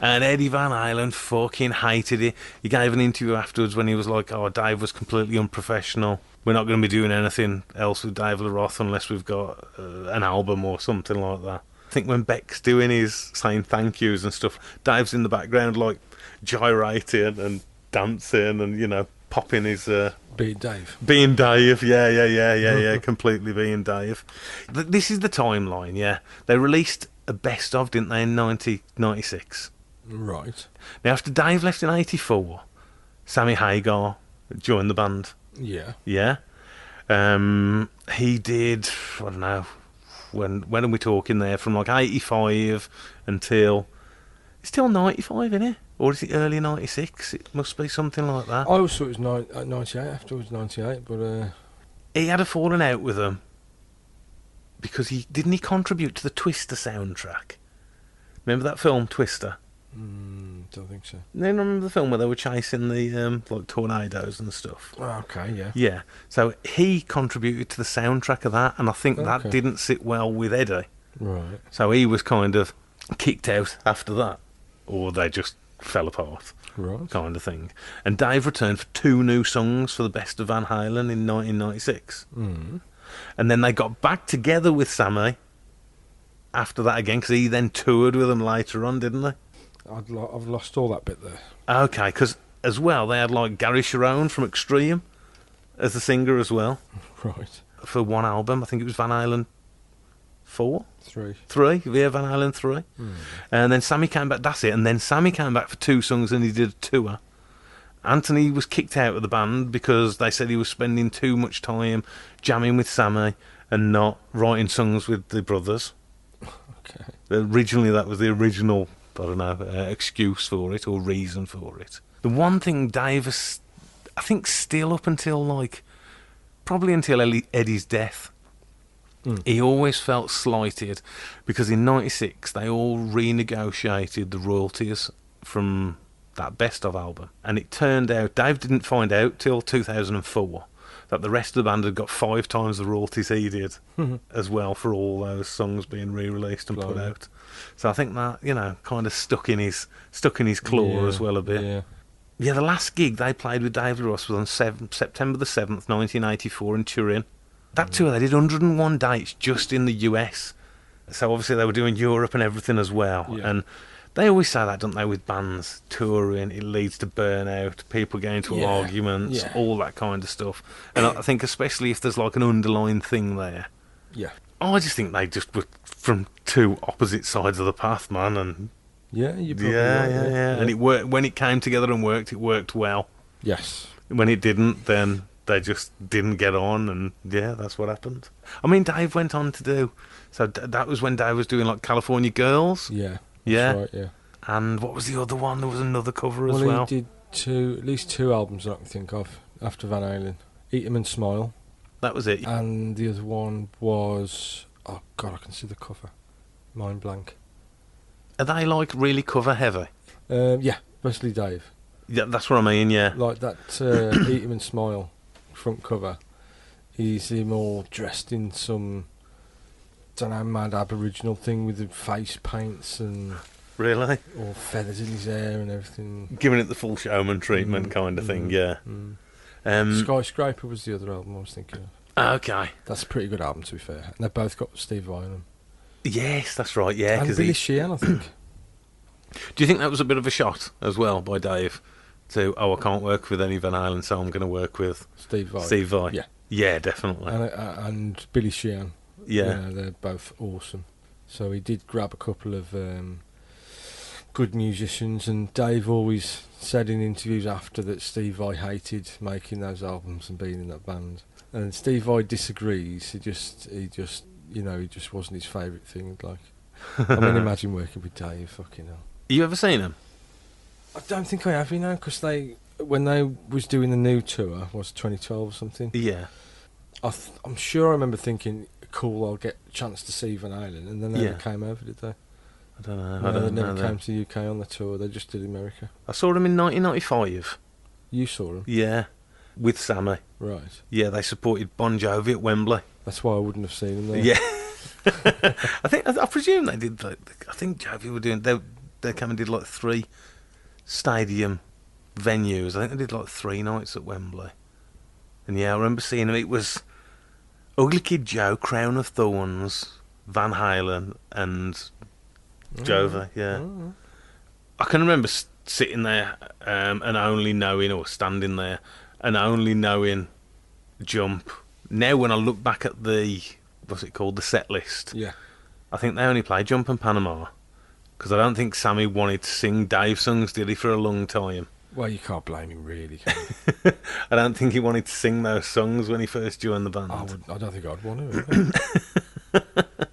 [SPEAKER 1] And Eddie Van Halen fucking hated it. He gave an interview afterwards when he was like, "Oh, Dave was completely unprofessional. We're not going to be doing anything else with Dave LaRoth unless we've got uh, an album or something like that." I think when Beck's doing his saying thank yous and stuff, Dave's in the background like gyrating and dancing and you know popping his uh,
[SPEAKER 2] Be it Dave.
[SPEAKER 1] being Dave, yeah, yeah, yeah, yeah, yeah, completely being Dave. Th- This is the timeline, yeah. They released a best of, didn't they, in 1996?
[SPEAKER 2] Right.
[SPEAKER 1] Now, after Dave left in '84, Sammy Hagar joined the band.
[SPEAKER 2] Yeah.
[SPEAKER 1] Yeah, um, he did. I don't know. When when are we talking there? From like '85 until it's still '95, isn't it? Or is it early '96? It must be something like that.
[SPEAKER 2] I always thought it was nine, uh, 98, after it was 98, but uh,
[SPEAKER 1] He had a falling out with them because he didn't he contribute to the Twister soundtrack. Remember that film Twister?
[SPEAKER 2] mm, don't think so.
[SPEAKER 1] No, you remember the film where they were chasing the um, like tornadoes and stuff.
[SPEAKER 2] Oh, okay, yeah.
[SPEAKER 1] Yeah. So he contributed to the soundtrack of that, and I think
[SPEAKER 2] Okay.
[SPEAKER 1] that didn't sit well with Eddie.
[SPEAKER 2] Right.
[SPEAKER 1] So he was kind of kicked out after that, or they just fell apart,
[SPEAKER 2] Right.
[SPEAKER 1] kind of thing. And Dave returned for two new songs for the best of Van Halen in 1996.
[SPEAKER 2] Mm.
[SPEAKER 1] And then they got back together with Sammy after that again, because he then toured with them later on, didn't they?
[SPEAKER 2] I'd lo- I've lost all that bit there. [LAUGHS]
[SPEAKER 1] Okay, because as well, they had like Gary Sharon from Extreme as the singer as well.
[SPEAKER 2] Right.
[SPEAKER 1] for one album. I think it was Van Halen four,
[SPEAKER 2] Three.
[SPEAKER 1] three. Yeah, Van Halen three. And then Sammy came back. That's it. And then Sammy came back for two songs, and he did a tour. Anthony was kicked out of the band because they said he was spending too much time jamming with Sammy and not writing songs with the brothers.
[SPEAKER 2] Okay.
[SPEAKER 1] Originally, that was the original, I don't know, uh, excuse for it or reason for it. The one thing Dave is, I think, still up until like, probably until Ellie- Eddie's death,
[SPEAKER 2] Hmm.
[SPEAKER 1] he always felt slighted because in '96 they all renegotiated the royalties from that best of album, and it turned out Dave didn't find out till 2004 that the rest of the band had got five times the royalties he
[SPEAKER 2] [LAUGHS]
[SPEAKER 1] did as well for all those songs being re-released and put
[SPEAKER 2] Blimey.
[SPEAKER 1] out. So I think that you know kind of stuck in his stuck in his claw
[SPEAKER 2] Yeah,
[SPEAKER 1] as well a bit.
[SPEAKER 2] Yeah.
[SPEAKER 1] Yeah, the last gig they played with Dave LaRosse was on seven, September the 7th, 1984, in Turin. That tour, they did 101 dates just in the US. So obviously they were doing Europe and everything as well.
[SPEAKER 2] Yeah.
[SPEAKER 1] And they always say that, don't they, with bands touring, it leads to burnout, people get into
[SPEAKER 2] Yeah.
[SPEAKER 1] arguments,
[SPEAKER 2] Yeah.
[SPEAKER 1] all that kind of stuff. And I I think especially if there's like an underlying thing there. Oh,
[SPEAKER 2] Yeah.
[SPEAKER 1] I just think they just were from two opposite sides of the path, man, and
[SPEAKER 2] Yeah, you probably
[SPEAKER 1] yeah,
[SPEAKER 2] right,
[SPEAKER 1] yeah, yeah. And it worked when it came together and worked. It worked well.
[SPEAKER 2] Yes.
[SPEAKER 1] When it didn't, then they just didn't get on, and yeah, that's what happened. I mean, Dave went on to do. So d- that was when Dave was doing like California Girls,
[SPEAKER 2] Yeah. That's
[SPEAKER 1] Yeah.
[SPEAKER 2] Right, yeah.
[SPEAKER 1] and what was the other one? There was another cover as
[SPEAKER 2] well,
[SPEAKER 1] well.
[SPEAKER 2] he did two, at least two albums that I can think of after Van Halen. Eat 'em and Smile,
[SPEAKER 1] That was it.
[SPEAKER 2] and the other one was oh god, I can see the cover. Mind blank.
[SPEAKER 1] Are they like really cover heavy?
[SPEAKER 2] Um, yeah, mostly Dave.
[SPEAKER 1] Yeah, that's what I mean. Yeah,
[SPEAKER 2] Like that
[SPEAKER 1] [COUGHS]
[SPEAKER 2] uh, Eat 'em and Smile front cover. He's him all dressed in some don't know mad Aboriginal thing with the face paints and
[SPEAKER 1] really
[SPEAKER 2] all feathers in his hair and everything.
[SPEAKER 1] giving it the full showman treatment
[SPEAKER 2] Mm,
[SPEAKER 1] kind of thing.
[SPEAKER 2] mm,
[SPEAKER 1] Yeah.
[SPEAKER 2] mm.
[SPEAKER 1] Um,
[SPEAKER 2] Skyscraper was the other album I was thinking of.
[SPEAKER 1] okay.
[SPEAKER 2] That's a pretty good album, to be fair. And they've both got Steve Vai on them.
[SPEAKER 1] Yes, that's right. Yeah,
[SPEAKER 2] and
[SPEAKER 1] because
[SPEAKER 2] Billy Sheehan, I think.
[SPEAKER 1] Do you think that was a bit of a shot as well by Dave to, oh, I can't work with any Van Halen, so I'm going to work with
[SPEAKER 2] Steve Vai.
[SPEAKER 1] Steve Vai?
[SPEAKER 2] Yeah.
[SPEAKER 1] Yeah, definitely.
[SPEAKER 2] And, uh, and Billy Sheehan.
[SPEAKER 1] yeah.
[SPEAKER 2] You know, they're both awesome. So he did grab a couple of um, good musicians, and Dave always said in interviews after that Steve Vai hated making those albums and being in that band. And Steve Vai disagrees. He just, he just, you know, he just wasn't his favourite thing. Like, I mean, imagine working with Dave. Fucking hell.
[SPEAKER 1] You ever seen him?
[SPEAKER 2] I don't think I have, you know, because they when they was doing the new tour was 2012 or something.
[SPEAKER 1] Yeah.
[SPEAKER 2] I th- I'm sure I remember thinking, "Cool, I'll get a chance to see Van Halen," and then they
[SPEAKER 1] Yeah.
[SPEAKER 2] never came over, did they?
[SPEAKER 1] I don't know. I
[SPEAKER 2] No, they
[SPEAKER 1] don't
[SPEAKER 2] never
[SPEAKER 1] know.
[SPEAKER 2] came
[SPEAKER 1] that.
[SPEAKER 2] to the UK on the tour. They just did America.
[SPEAKER 1] I saw them in 1995.
[SPEAKER 2] You saw them,
[SPEAKER 1] Yeah. With Sammy.
[SPEAKER 2] right?
[SPEAKER 1] Yeah, they supported Bon Jovi at Wembley.
[SPEAKER 2] That's why I wouldn't have seen them there.
[SPEAKER 1] Yeah. [LAUGHS] I think I, I presume they did. Like, I think Jovi were doing. They they came and did like three stadium venues. I think they did like three nights at Wembley. And yeah, I remember seeing them. It was Ugly Kid Joe, Crown of Thorns, Van Halen, and Jovi. Yeah.
[SPEAKER 2] Oh,
[SPEAKER 1] I can remember s- sitting there um, and only knowing, or standing there and only knowing Jump. Now, when I look back at the what's it called, the set list,
[SPEAKER 2] yeah.
[SPEAKER 1] I think they only play Jump and Panama because I don't think Sammy wanted to sing Dave songs, did he, for a long time? [LAUGHS]
[SPEAKER 2] Well, you can't blame him, really. Can you?
[SPEAKER 1] I don't think he wanted to sing those songs when he first joined the band.
[SPEAKER 2] I would. I don't think I'd want to.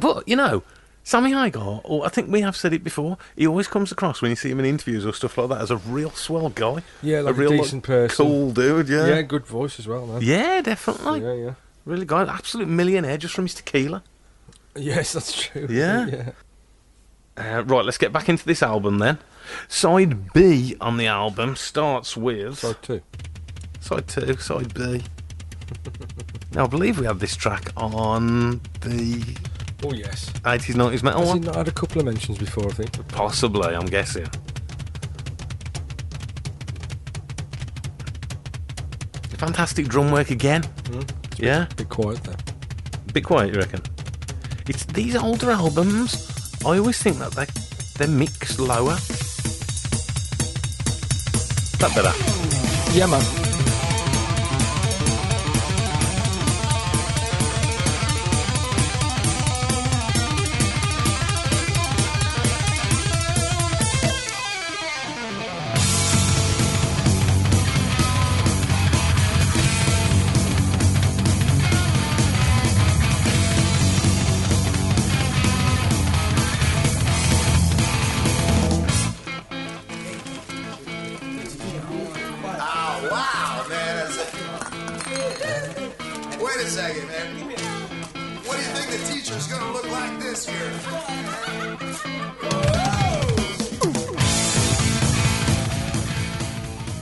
[SPEAKER 1] But you know, Sammy Hagar, or I think we have said it before, he always comes across when you see him in interviews or stuff like that as a real swell guy.
[SPEAKER 2] Yeah, like a
[SPEAKER 1] real
[SPEAKER 2] decent person.
[SPEAKER 1] cool dude. [LAUGHS] Yeah,
[SPEAKER 2] yeah, good voice as well, man.
[SPEAKER 1] Yeah, definitely.
[SPEAKER 2] yeah, yeah.
[SPEAKER 1] Really guy, absolute millionaire just from his tequila.
[SPEAKER 2] Yes, that's true.
[SPEAKER 1] Yeah.
[SPEAKER 2] [LAUGHS] yeah.
[SPEAKER 1] Uh, right, let's get back into this album then. Side B on the album starts with
[SPEAKER 2] So too.
[SPEAKER 1] side two, side B. now I believe we have this track on the
[SPEAKER 2] Oh yes.
[SPEAKER 1] eighties, nineties metal
[SPEAKER 2] Has he
[SPEAKER 1] one.
[SPEAKER 2] not had a couple of mentions before? I think.
[SPEAKER 1] Possibly, I'm guessing. Fantastic drum work again. Yeah,
[SPEAKER 2] Bit quiet there.
[SPEAKER 1] bit quiet, you reckon? It's these older albums. I always think that they they're mixed lower. That better.
[SPEAKER 2] Yeah, man.
[SPEAKER 3] Oh, wow, man. That's Wait a second, man. What do you think the teacher's gonna look like this year?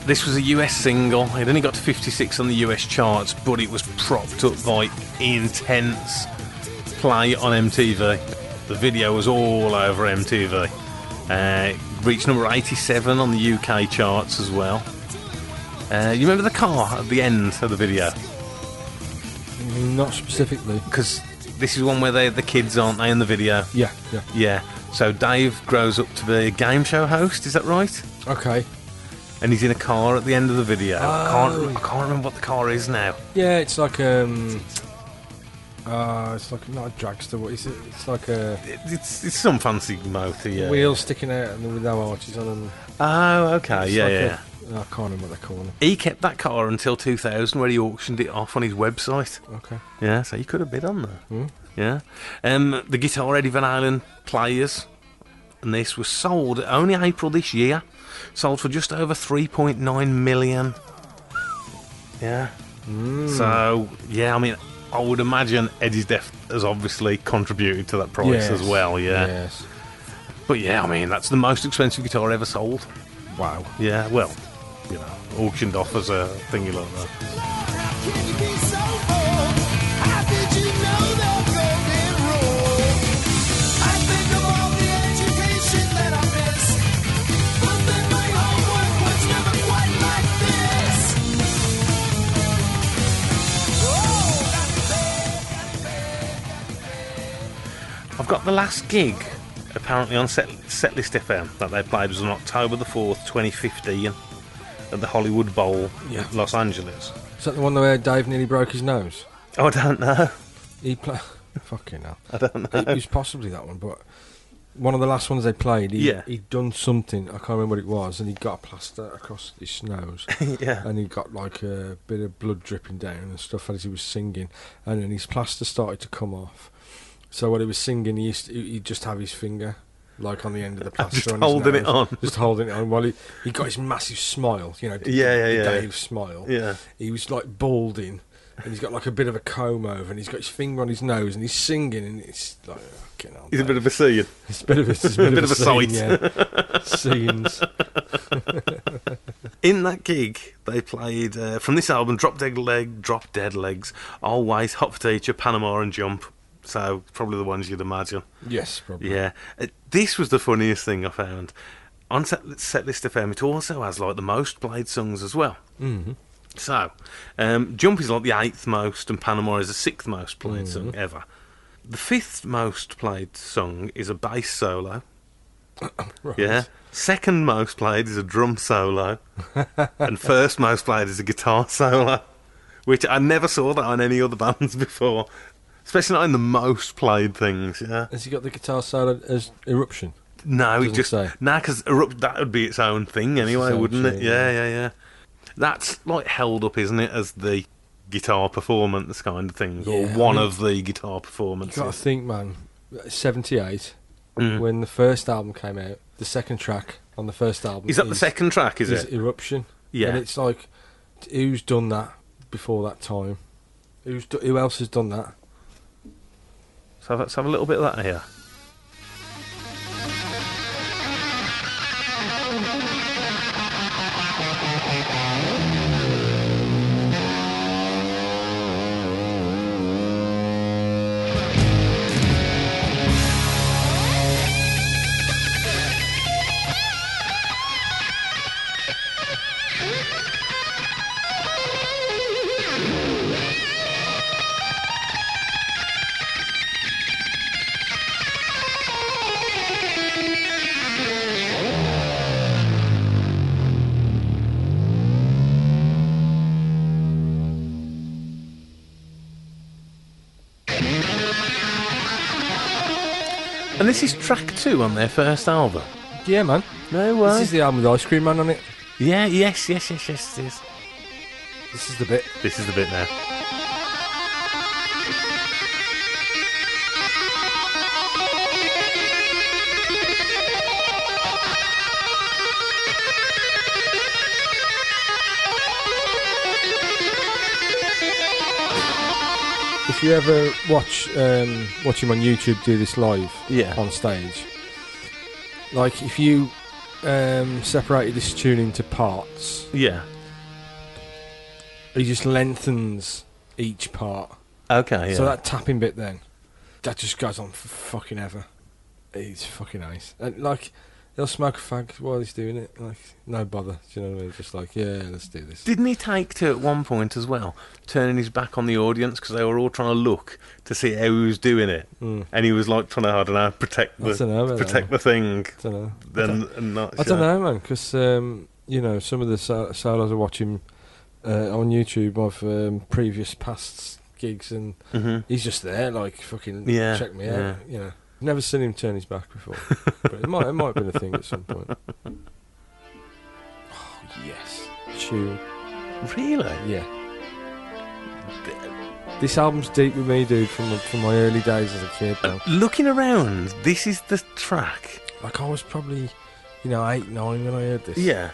[SPEAKER 1] This was a US single. It only got to 56 on the US charts, but it was propped up by intense play on MTV. The video was all over MTV. Uh, it reached number 87 on the UK charts as well. Uh, you remember the car at the end of the video?
[SPEAKER 2] Not specifically.
[SPEAKER 1] Because this is one where they, the kids aren't they in the video?
[SPEAKER 2] Yeah, yeah.
[SPEAKER 1] Yeah. So Dave grows up to be a game show host, is that right?
[SPEAKER 2] Okay.
[SPEAKER 1] And he's in a car at the end of the video. I, can't, I can't remember what the car is now.
[SPEAKER 2] Yeah, it's like um. Uh, it's like not a dragster. What is it? It's like a
[SPEAKER 1] It's, it's some fancy motor, yeah.
[SPEAKER 2] wheel sticking out and with no arches on them.
[SPEAKER 1] Oh, okay,
[SPEAKER 2] It's
[SPEAKER 1] yeah,
[SPEAKER 2] like
[SPEAKER 1] yeah.
[SPEAKER 2] A, I can't remember what they call them.
[SPEAKER 1] He kept that car until 2000, where he auctioned it off on his website.
[SPEAKER 2] Okay.
[SPEAKER 1] Yeah, so you could have bid on that.
[SPEAKER 2] Hmm.
[SPEAKER 1] Yeah. Um, the guitar Eddie Van Halen players, and this was sold only April this year, sold for just over 3.9 million. Yeah.
[SPEAKER 2] Hmm.
[SPEAKER 1] So, yeah, I mean, I would imagine Eddie's death has obviously contributed to that price as
[SPEAKER 2] Yes.
[SPEAKER 1] well, yeah.
[SPEAKER 2] Yes.
[SPEAKER 1] But yeah, I mean, that's the most expensive guitar ever sold.
[SPEAKER 2] Wow.
[SPEAKER 1] Yeah, well, you know, auctioned off as a thingy like that.
[SPEAKER 3] How can you be so bold? How did you know the golden rule? I think of all the education that I missed. But then my homework was never quite like this. Oh, that's bad, that's bad.
[SPEAKER 1] I've got the last gig apparently on Set- Setlist FM that they played was on October the 4th, 2015, at the Hollywood Bowl,
[SPEAKER 2] Yeah.
[SPEAKER 1] in Los Angeles.
[SPEAKER 2] Is that the one where Dave nearly broke his nose?
[SPEAKER 1] Oh, I don't know. [LAUGHS]
[SPEAKER 2] He played. [LAUGHS] Fucking hell. I don't know. It was possibly that one, but one of the last ones they played, he,
[SPEAKER 1] Yeah.
[SPEAKER 2] he'd done something, I can't remember what it was, and he got a plaster across his nose.
[SPEAKER 1] Yeah.
[SPEAKER 2] And he got like a bit of blood dripping down and stuff as he was singing, and then his plaster started to come off. So while he was singing, he used to, he'd just have his finger like on the end of the plaster.
[SPEAKER 1] [LAUGHS] just
[SPEAKER 2] on his
[SPEAKER 1] holding it
[SPEAKER 2] nose,
[SPEAKER 1] on.
[SPEAKER 2] Just holding it on while he, he got his massive smile, you know.
[SPEAKER 1] Yeah, yeah,
[SPEAKER 2] the
[SPEAKER 1] yeah.
[SPEAKER 2] Dave smile.
[SPEAKER 1] Yeah.
[SPEAKER 2] He was like balding and he's got like a bit of a comb over and he's got his finger on his nose and he's singing and it's like, fucking hell.
[SPEAKER 1] He's a
[SPEAKER 2] Dave.
[SPEAKER 1] bit of a seer.
[SPEAKER 2] It's a bit of a, it's a, bit
[SPEAKER 1] bit of [LAUGHS] a
[SPEAKER 2] scene,
[SPEAKER 1] sight.
[SPEAKER 2] yeah. Scenes.
[SPEAKER 1] In that gig, they played uh, from this album Drop Dead Leg, Drop Dead Legs, Always, Hot Potato, Panama, and Jump. So, probably the ones you'd imagine.
[SPEAKER 2] Yes, probably.
[SPEAKER 1] Yeah. Uh, this was the funniest thing I found. On set, Setlist FM, it also has like the most played songs as well. Mm-hmm. So, um, Jump is like the eighth most, and Panama is the sixth most played song ever. The fifth most played song is a bass solo.
[SPEAKER 2] Right.
[SPEAKER 1] Yeah. Second most played is a drum solo, and first most played is a guitar solo, which I never saw that on any other [LAUGHS] bands before, especially not in the most played things. Yeah.
[SPEAKER 2] Has he got the guitar solo as eruption?
[SPEAKER 1] No, he
[SPEAKER 2] Doesn't
[SPEAKER 1] just
[SPEAKER 2] say.
[SPEAKER 1] nah, because that would be its own thing anyway,
[SPEAKER 2] its own
[SPEAKER 1] wouldn't it?
[SPEAKER 2] thing,
[SPEAKER 1] Yeah, yeah, yeah. That's like held up, isn't it, as the guitar performance kind of thing, or
[SPEAKER 2] Yeah, I
[SPEAKER 1] one
[SPEAKER 2] mean-
[SPEAKER 1] of the guitar
[SPEAKER 2] You gotta
[SPEAKER 1] performances.
[SPEAKER 2] think, man. Seventy-eight,
[SPEAKER 1] Mm.
[SPEAKER 2] when the first album came out, the second track on the first album
[SPEAKER 1] Is that the second track? Is, it?
[SPEAKER 2] eruption?
[SPEAKER 1] Yeah.
[SPEAKER 2] and it's like, t- who's done that before that time? Who's do- who else has done that?
[SPEAKER 1] So let's have a little bit of that here. And this is track two on their first album.
[SPEAKER 2] Yeah, man.
[SPEAKER 1] No
[SPEAKER 2] This is the album with Ice Cream Man on it.
[SPEAKER 1] Yeah, yes, yes, yes, yes, yes.
[SPEAKER 2] This is the bit.
[SPEAKER 1] This is the bit now.
[SPEAKER 2] If you ever watch um, watch him on YouTube do this live
[SPEAKER 1] Yeah.
[SPEAKER 2] on stage, like if you um, separated this tune into parts,
[SPEAKER 1] Yeah.
[SPEAKER 2] he just lengthens each part.
[SPEAKER 1] Okay. Yeah.
[SPEAKER 2] So that tapping bit then, that just goes on for fucking ever. It's fucking nice. And like, he'll smoke a fag while he's doing it. Like, no bother. Do you know what I mean? Just like, yeah, let's do this.
[SPEAKER 1] Didn't he take to at one point as well, turning his back on the audience because they were all trying to look to see how he was doing it,
[SPEAKER 2] Mm.
[SPEAKER 1] and he was like trying to I don't know protect
[SPEAKER 2] I
[SPEAKER 1] the
[SPEAKER 2] don't know. About
[SPEAKER 1] protect
[SPEAKER 2] that.
[SPEAKER 1] the thing,
[SPEAKER 2] I don't know.
[SPEAKER 1] then and not.
[SPEAKER 2] I
[SPEAKER 1] show.
[SPEAKER 2] don't know, man, because um, you know some of the so- solos I watch him uh, on YouTube of um, previous past gigs, and
[SPEAKER 1] Mhm.
[SPEAKER 2] he's just there, like fucking
[SPEAKER 1] Yeah,
[SPEAKER 2] check me
[SPEAKER 1] yeah.
[SPEAKER 2] out. You know, never seen him turn his back
[SPEAKER 1] [LAUGHS]
[SPEAKER 2] before, but it might it might have been a thing at some point. Oh yes, tune,
[SPEAKER 1] Mm-hmm. Really?
[SPEAKER 2] yeah. This album's deep with me, dude, from from my early days as a kid. Man.
[SPEAKER 1] Looking around, this is the track.
[SPEAKER 2] Like I was probably, you know, eight nine when I heard this.
[SPEAKER 1] Yeah,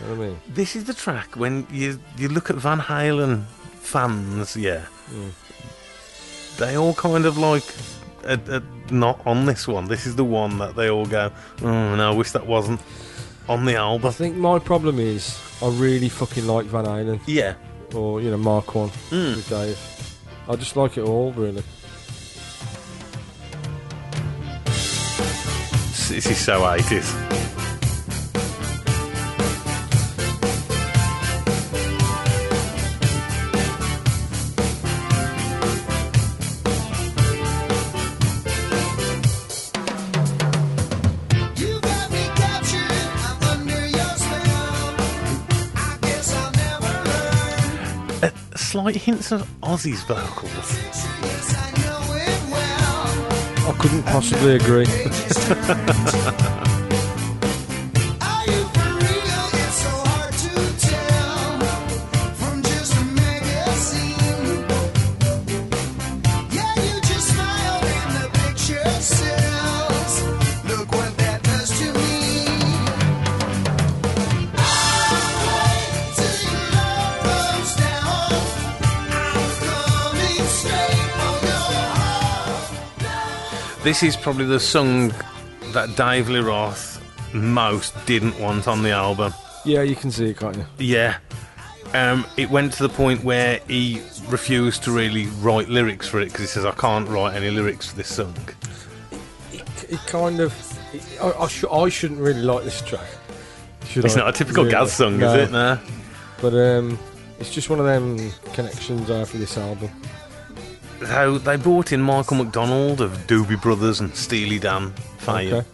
[SPEAKER 2] you know what I mean.
[SPEAKER 1] this is the track when you you look at Van Halen fans. Yeah,
[SPEAKER 2] Mm.
[SPEAKER 1] they all kind of like. Uh, uh, not on this one. This is the one that they all go, oh no, I wish that wasn't on the
[SPEAKER 2] I
[SPEAKER 1] album.
[SPEAKER 2] think my problem is I really fucking like Van Halen
[SPEAKER 1] Yeah.
[SPEAKER 2] or you know Mark One
[SPEAKER 1] Mm.
[SPEAKER 2] with Dave. I just like it all really.
[SPEAKER 1] This is so 80s.
[SPEAKER 4] You got me captured. I'm under your spell. I guess I'll never learn.
[SPEAKER 1] Slight hints of Ozzy's vocals.
[SPEAKER 4] Picture, yes, I know it well.
[SPEAKER 2] I couldn't possibly agree.
[SPEAKER 4] Pages turned. [LAUGHS] Are you for real? It's so hard to tell from just a magazine. Yeah, you just smiled in the picture cells. No
[SPEAKER 1] This is probably the song that Dave Lee Roth most didn't want on the album.
[SPEAKER 2] Yeah, you can see it, can't you?
[SPEAKER 1] Yeah. Um, it went to the point where he refused to really write lyrics for it because he says, I can't write any lyrics for this song.
[SPEAKER 2] It kind of. It, I, I, sh- I shouldn't really like this track. Should
[SPEAKER 1] It's
[SPEAKER 2] I?
[SPEAKER 1] not a typical
[SPEAKER 2] Really?
[SPEAKER 1] Gaz song,
[SPEAKER 2] No.
[SPEAKER 1] is it? No.
[SPEAKER 2] But um, it's just one of them connections I have for this album.
[SPEAKER 1] So they brought in Michael McDonald of Doobie Brothers and Steely Dan fame
[SPEAKER 2] Okay.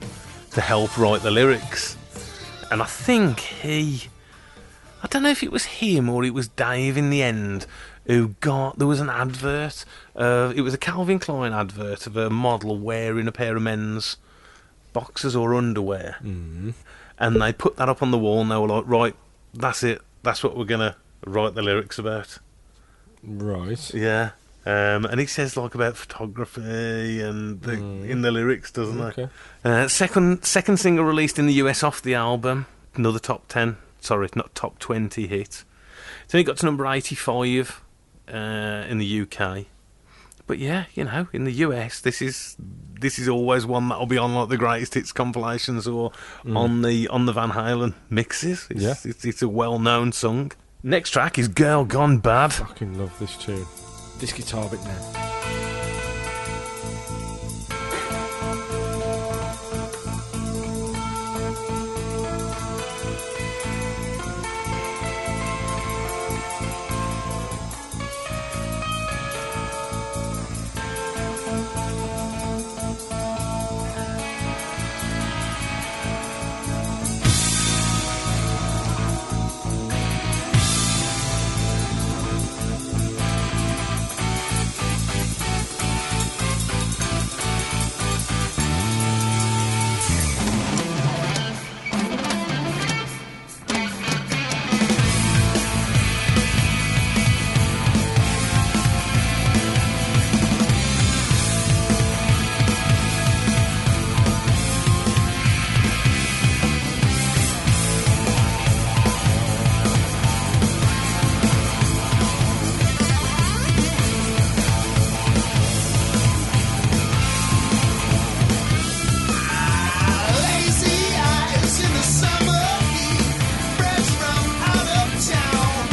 [SPEAKER 1] to help write the lyrics. And I think he. I don't know if it was him or it was Dave in the end who got. There was an advert. Uh, it was a Calvin Klein advert of a model wearing a pair of men's boxers or underwear. Mm-hmm. And they put that up on the wall and they were like, right, that's it. That's what we're going to write the lyrics about.
[SPEAKER 2] Right.
[SPEAKER 1] Yeah. Um, and he says like about photography and the, in the lyrics, doesn't
[SPEAKER 2] Mm. Okay.
[SPEAKER 1] he? Uh, second second single released in the US off the album, another top ten. Sorry, not top twenty hit. It's only got to number eighty five uh, in the UK. But yeah, you know, in the US, this is this is always one that'll be on like the greatest hits compilations or on the on the Van Halen mixes. It's,
[SPEAKER 2] Mm. Yeah.
[SPEAKER 1] it's, it's a well known song. Next track is "Girl Gone Bad."
[SPEAKER 2] Fucking love this tune. This guitar bit now.
[SPEAKER 4] Lazy eyes in the summer heat, fresh from out of town.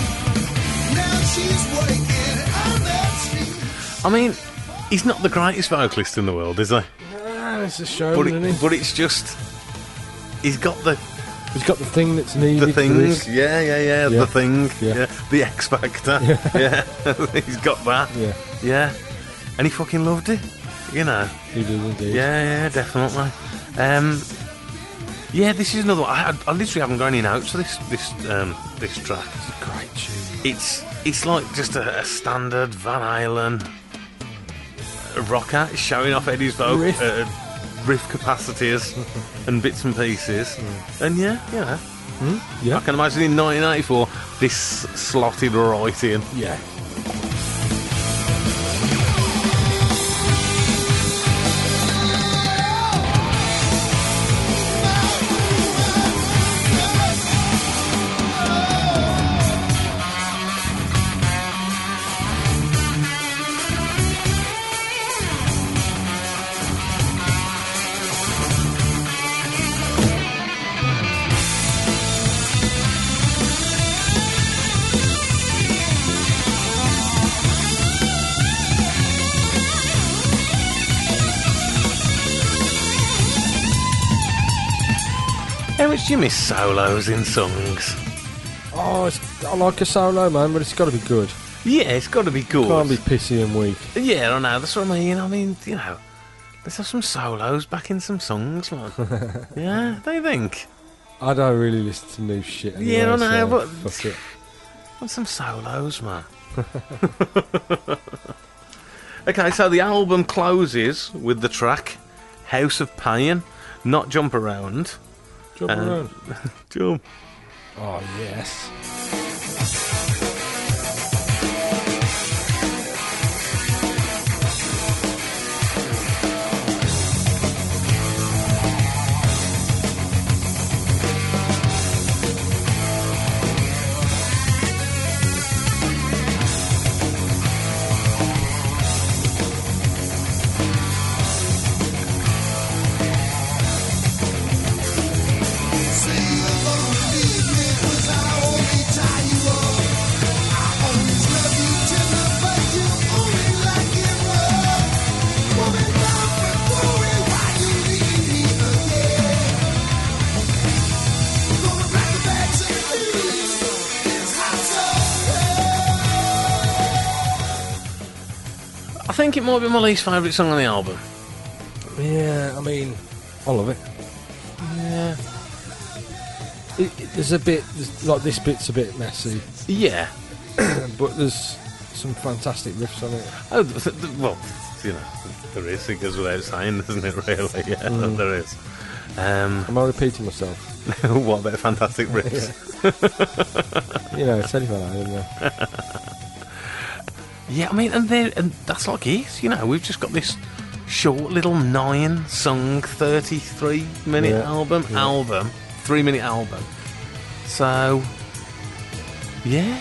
[SPEAKER 4] Now she's working on the street.
[SPEAKER 1] I mean, he's not the greatest vocalist in the world, is he?
[SPEAKER 2] Ah, it's a show,
[SPEAKER 1] But,
[SPEAKER 2] isn't
[SPEAKER 1] it,
[SPEAKER 2] it?
[SPEAKER 1] but it's just. He's got the,
[SPEAKER 2] He's got the thing that's needed.
[SPEAKER 1] the
[SPEAKER 2] for this.
[SPEAKER 1] things. Yeah, yeah, yeah,
[SPEAKER 2] Yeah.
[SPEAKER 1] The thing.
[SPEAKER 2] Yeah.
[SPEAKER 1] Yeah. The X Factor. [LAUGHS] Yeah. he's got that.
[SPEAKER 2] Yeah,
[SPEAKER 1] Yeah. And he fucking loved it. You know.
[SPEAKER 2] he does indeed.
[SPEAKER 1] Yeah, yeah, definitely. Um, yeah, this is another one. I, I, I literally haven't got any notes for this this um, this track.
[SPEAKER 2] Great tune.
[SPEAKER 1] It's it's like just a, a standard Van Halen rocker showing off Eddie's vocal
[SPEAKER 2] Riff.
[SPEAKER 1] Uh, riff capacities [LAUGHS] and bits and pieces. And yeah, you know,
[SPEAKER 2] Mm. Hmm? Yeah.
[SPEAKER 1] I can imagine in 1984 this slotted right in.
[SPEAKER 2] Yeah.
[SPEAKER 1] How much do you miss solos in songs?
[SPEAKER 2] Oh, it's, I like a solo, man, but it's got to be good.
[SPEAKER 1] Yeah, it's got to be good.
[SPEAKER 2] Can't be pissy and weak.
[SPEAKER 1] Yeah, I know. That's what I mean. I mean, you know, let's have some solos back in some songs, man.
[SPEAKER 2] [LAUGHS]
[SPEAKER 1] yeah, don't you think?
[SPEAKER 2] I don't really listen to new shit. Anyway,
[SPEAKER 1] Yeah, I
[SPEAKER 2] so
[SPEAKER 1] know, but-
[SPEAKER 2] fuck it.
[SPEAKER 1] Want some solos, man. [LAUGHS] okay, so the album closes with the track "House of Pain," not "Jump Around."
[SPEAKER 2] Jump
[SPEAKER 1] Um,
[SPEAKER 2] around.
[SPEAKER 1] Jump.
[SPEAKER 2] Oh yes.
[SPEAKER 1] I think it might be my least favourite song on the album.
[SPEAKER 2] Yeah, I mean, I love it.
[SPEAKER 1] Yeah.
[SPEAKER 2] it, it there's a bit, there's, like this bit's a bit messy, [CLEARS THROAT]
[SPEAKER 1] Yeah.
[SPEAKER 2] but there's some fantastic riffs on it.
[SPEAKER 1] Oh, th- th- th- well, you know, there is. It goes without saying, [LAUGHS] doesn't it? Really? Yeah, there is. Um, [LAUGHS]
[SPEAKER 2] Am I repeating myself?
[SPEAKER 1] what about fantastic riffs?
[SPEAKER 2] You know, it's anything like that, isn't it?
[SPEAKER 1] yeah, I mean, and they and that's like it. You know, we've just got this short little nine-song, thirty-three minute
[SPEAKER 2] Yeah,
[SPEAKER 1] album,
[SPEAKER 2] yeah.
[SPEAKER 1] album, three-minute album. So, yeah,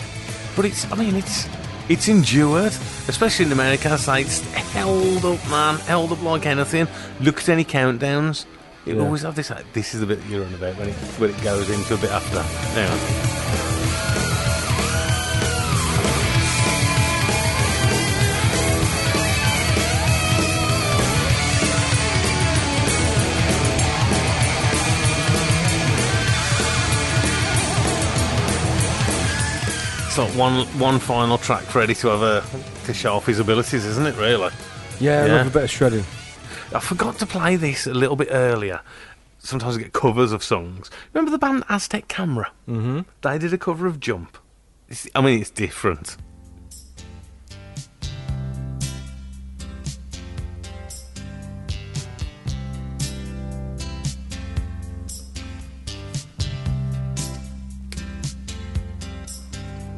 [SPEAKER 1] but it's. I mean, it's it's endured, especially in America. As I say, it's held up, man, held up like anything. Look at any countdowns. It
[SPEAKER 2] Yeah.
[SPEAKER 1] always have this. Like, this is the bit that you're on about when it when it goes into a bit after that. Hang on. It's like one one final track for Eddie to have a, to show off his abilities, isn't it? Really, Yeah.
[SPEAKER 2] Yeah, I love a bit of shredding.
[SPEAKER 1] I forgot to play this a little bit earlier. Sometimes I get covers of songs. Remember the band Aztec Camera? Mm-hmm. They did a cover of Jump. It's, I mean, it's different.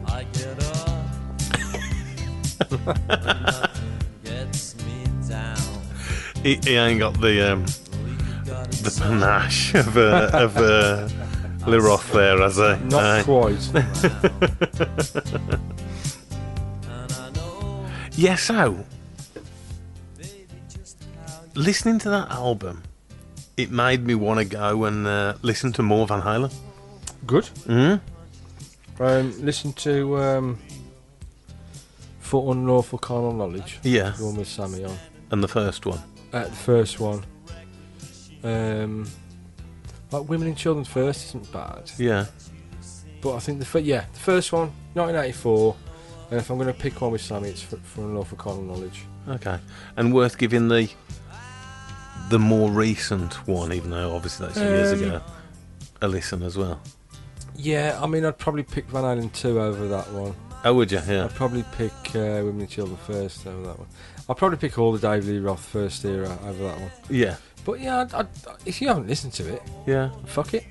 [SPEAKER 3] I get up. gets me down.
[SPEAKER 1] He, he ain't got the um, the panache of uh, of uh, Le Roth there, has he?
[SPEAKER 2] Not
[SPEAKER 1] Aye. [LAUGHS]
[SPEAKER 2] quite.
[SPEAKER 1] Yeah, so listening to that album, it made me want to go and uh, listen to more Van Halen.
[SPEAKER 2] Good.
[SPEAKER 1] Mm?
[SPEAKER 2] Um, listen to um, For Unlawful Carnal Knowledge.
[SPEAKER 1] Yeah,
[SPEAKER 2] The one with Sammy on.
[SPEAKER 1] and the first one.
[SPEAKER 2] Uh, the first one. Um, like Women and Children First isn't bad.
[SPEAKER 1] Yeah,
[SPEAKER 2] But I think the fir- yeah the first one, 1984. And if I'm going to pick one with Sammy, it's for, for unlawful carnal knowledge.
[SPEAKER 1] okay, and worth giving the the more recent one, even though obviously that's years
[SPEAKER 2] Um,
[SPEAKER 1] ago, a listen as well.
[SPEAKER 2] Yeah, I mean I'd probably pick Van Halen two over that one.
[SPEAKER 1] Oh, would you? Yeah,
[SPEAKER 2] I'd probably pick uh, Women and Children First over that one. I'd probably pick all the David Lee Roth First Era over that one.
[SPEAKER 1] yeah,
[SPEAKER 2] But yeah, I'd, I'd, if you haven't listened to it,
[SPEAKER 1] yeah.
[SPEAKER 2] fuck it,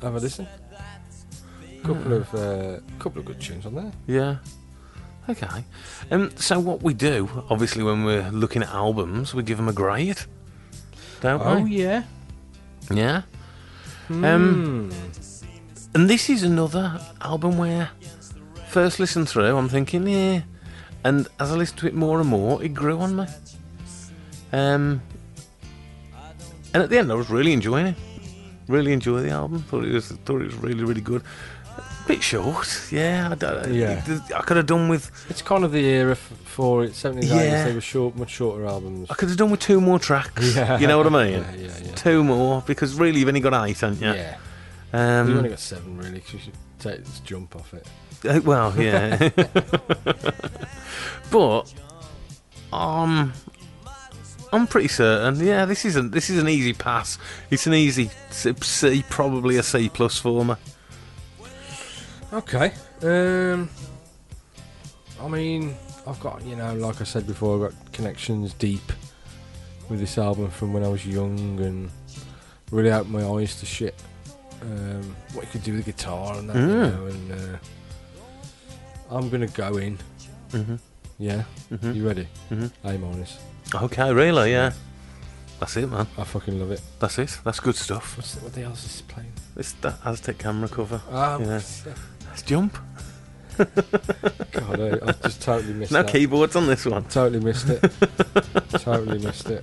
[SPEAKER 2] have a listen. Couple of uh, couple of good tunes on there.
[SPEAKER 1] Yeah. Okay. Um, so what we do, obviously, when we're looking at albums, we give them a grade, don't we?
[SPEAKER 2] Oh, yeah. Hmm.
[SPEAKER 1] Yeah. Um, And this is another album where first listen through, I'm thinking, yeah. And as I listened to it more and more, it grew on me. Um, and at the end, I was really enjoying it. Really enjoyed the album. Thought it was thought it was really really good. bit short, yeah. I, don't-
[SPEAKER 2] Yeah.
[SPEAKER 1] I could have done with
[SPEAKER 2] It's kind of the era f- for it. Seventies,
[SPEAKER 1] Yeah.
[SPEAKER 2] yeah. they were short, much shorter albums.
[SPEAKER 1] I could have done with two more tracks.
[SPEAKER 2] [LAUGHS] Yeah.
[SPEAKER 1] You know what I mean?
[SPEAKER 2] Yeah, yeah, yeah.
[SPEAKER 1] Two more because really you've only got eight, haven't you?
[SPEAKER 2] yeah. You've only
[SPEAKER 1] Um,
[SPEAKER 2] got seven, really, 'cause you should take this jump off it.
[SPEAKER 1] uh, well,
[SPEAKER 2] [LAUGHS]
[SPEAKER 1] yeah. but um, I'm pretty certain. Yeah, this is a, this is an easy pass. It's an easy C, C probably a C plus for me.
[SPEAKER 2] Okay. Um, I mean, I've got, you know, like I said before, I've got connections deep with this album from when I was young and really opened my eyes to shit. Um, what you could do with the guitar and that, you
[SPEAKER 1] Mm.
[SPEAKER 2] know, and uh, I'm going to go in. Mm-hmm.
[SPEAKER 1] Mhm.
[SPEAKER 2] Yeah?
[SPEAKER 1] Mhm.
[SPEAKER 2] You ready?
[SPEAKER 1] Mhm.
[SPEAKER 2] A minus.
[SPEAKER 1] Okay, really? Yeah. That's it, man.
[SPEAKER 2] I fucking love it.
[SPEAKER 1] That's it. That's good stuff.
[SPEAKER 2] What's, what the else is playing?
[SPEAKER 1] It's that Aztec camera cover.
[SPEAKER 2] Ah,
[SPEAKER 1] Yeah. Let's jump.
[SPEAKER 2] [LAUGHS] God, I, I just totally missed
[SPEAKER 1] No
[SPEAKER 2] that.
[SPEAKER 1] keyboards on this one.
[SPEAKER 2] Totally
[SPEAKER 1] [LAUGHS]
[SPEAKER 2] missed it. totally missed it.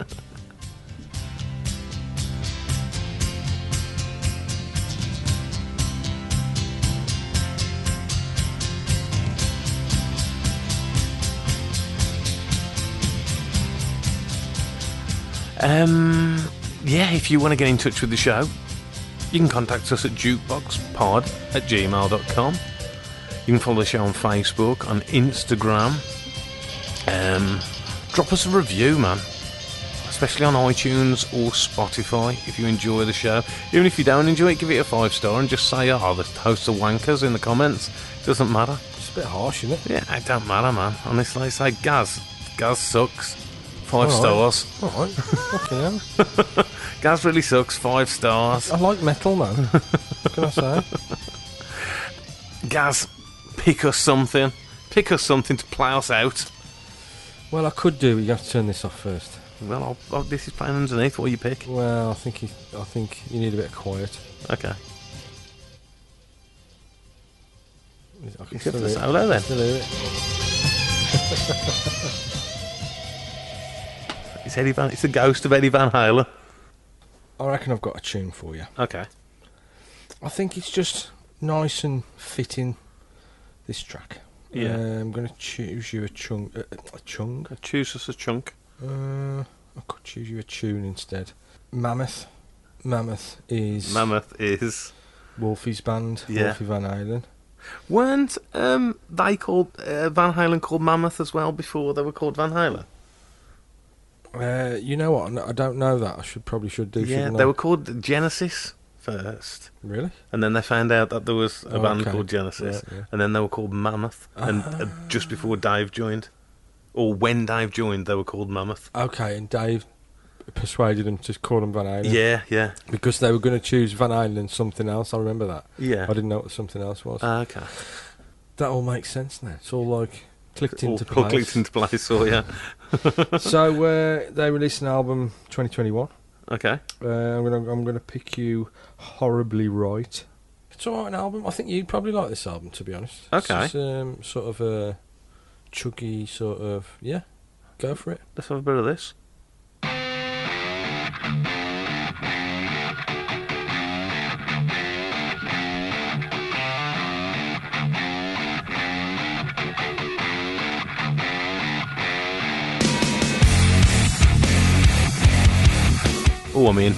[SPEAKER 1] Um, yeah, if you want to get in touch with the show, you can contact us at jukeboxpod at gmail.com. You can follow the show on Facebook, on Instagram. Um, drop us a review, man. Especially on iTunes or Spotify if you enjoy the show. Even if you don't enjoy it, give it a five star and just say, oh, the host of wankers in the comments. Doesn't matter.
[SPEAKER 2] It's a bit harsh, isn't it?
[SPEAKER 1] Yeah, it don't matter, man. Honestly, I say, Gaz. Gaz sucks. Five
[SPEAKER 2] Alright.
[SPEAKER 1] stars.
[SPEAKER 2] All
[SPEAKER 1] [LAUGHS]
[SPEAKER 2] right. Fucking hell.
[SPEAKER 1] Gaz really sucks. Five stars.
[SPEAKER 2] I like metal, man. what can I say?
[SPEAKER 1] Gaz, pick us something. Pick us something to plough us out.
[SPEAKER 2] Well, I could do. but You have to turn this off first.
[SPEAKER 1] Well, I'll, I'll, this is playing underneath what you pick.
[SPEAKER 2] Well, I think you, I think you need a bit of quiet.
[SPEAKER 1] Okay.
[SPEAKER 2] I can
[SPEAKER 1] You got
[SPEAKER 2] still
[SPEAKER 1] the
[SPEAKER 2] hear it.
[SPEAKER 1] solo then.
[SPEAKER 2] Still hear it.
[SPEAKER 1] It's Eddie Van. It's the ghost of Eddie Van Halen.
[SPEAKER 2] I reckon I've got a tune for you.
[SPEAKER 1] Okay.
[SPEAKER 2] I think it's just nice and fitting. This track.
[SPEAKER 1] Yeah.
[SPEAKER 2] Uh, I'm going to choose you a chung. Uh, a chung.
[SPEAKER 1] Choose us a chunk.
[SPEAKER 2] Uh, I could choose you a tune instead. Mammoth. Mammoth is
[SPEAKER 1] Mammoth is.
[SPEAKER 2] Wolfie's band.
[SPEAKER 1] Yeah.
[SPEAKER 2] Wolfie Van Halen.
[SPEAKER 1] Weren't um, they called uh, Van Halen called Mammoth as well before they were called Van Halen?
[SPEAKER 2] Uh, you know what? I don't know that. I should probably should do.
[SPEAKER 1] yeah,
[SPEAKER 2] shouldn't
[SPEAKER 1] they
[SPEAKER 2] I?
[SPEAKER 1] were called Genesis first,
[SPEAKER 2] really.
[SPEAKER 1] and then they found out that there was a
[SPEAKER 2] Oh,
[SPEAKER 1] band
[SPEAKER 2] okay.
[SPEAKER 1] called Genesis,
[SPEAKER 2] Yeah, yeah.
[SPEAKER 1] and then they were called Mammoth, and
[SPEAKER 2] [LAUGHS]
[SPEAKER 1] uh, just before Dave joined, or when Dave joined, they were called Mammoth.
[SPEAKER 2] Okay, and Dave persuaded them to call them Van Halen.
[SPEAKER 1] Yeah, yeah,
[SPEAKER 2] Because they were going to choose Van Halen and something else. I remember that.
[SPEAKER 1] yeah.
[SPEAKER 2] I didn't know what something else was.
[SPEAKER 1] Ah, okay.
[SPEAKER 2] that all makes sense now. It's all like clicked
[SPEAKER 1] All,
[SPEAKER 2] into
[SPEAKER 1] [LAUGHS] all
[SPEAKER 2] place.
[SPEAKER 1] clicked into place. So yeah.
[SPEAKER 2] so uh, they released an album 2021.
[SPEAKER 1] Okay.
[SPEAKER 2] Uh, I'm gonna I'm gonna pick you horribly right. It's alright an album. I think you'd probably like this album to be honest.
[SPEAKER 1] Okay.
[SPEAKER 2] It's just, um, sort of a chuggy sort of yeah. Go for it.
[SPEAKER 1] Let's have a bit of this. Oh, I mean,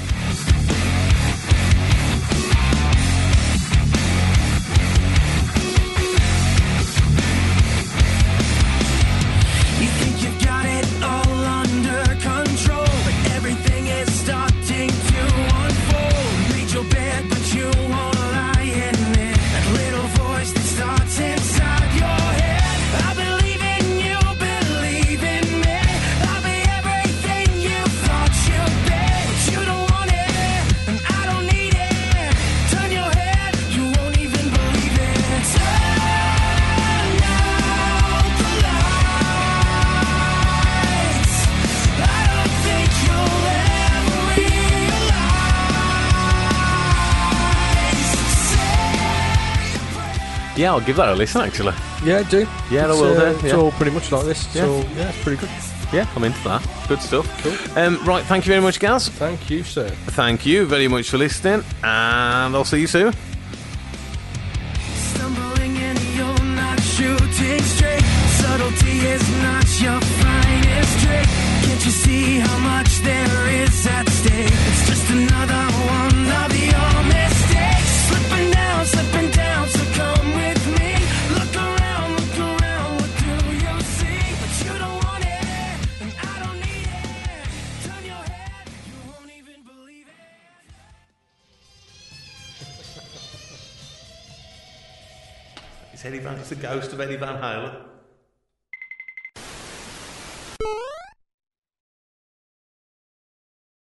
[SPEAKER 3] You think you've got it all under control, but everything is starting to unfold. Made your bed, but you wanna lie in it. That little voice that starts inside your head. I believe in you, believe in me. I'll be everything you thought you'd be. But you don't want it, and I don't need it. Turn your head, you won't even believe it. Turn out the light. I don't think you'll ever realize.
[SPEAKER 1] yeah, I'll give that a listen actually.
[SPEAKER 2] Yeah, do.
[SPEAKER 1] Yeah, I
[SPEAKER 2] it's, uh,
[SPEAKER 1] will do,
[SPEAKER 2] It's
[SPEAKER 1] yeah.
[SPEAKER 2] all pretty much like this. It's
[SPEAKER 1] Yeah.
[SPEAKER 2] all- yeah, it's pretty good.
[SPEAKER 1] Yeah, I'm into that. Good stuff. Cool. Um, right, thank you very much, Gaz.
[SPEAKER 2] Thank you, sir.
[SPEAKER 1] Thank you very much for listening, and I'll see you soon.
[SPEAKER 3] Stumbling and you're not shooting straight. Subtlety is not your finest trick. Can't you see how much there is at stake? It's just another one of your mistakes. Slipping down, slipping down, so come with me. Look around, look around, what do you see? But you don't want it, and I don't need it. Turn your head, you won't even believe it.
[SPEAKER 1] It's Eddie Van. It's the ghost of Eddie Van Halen.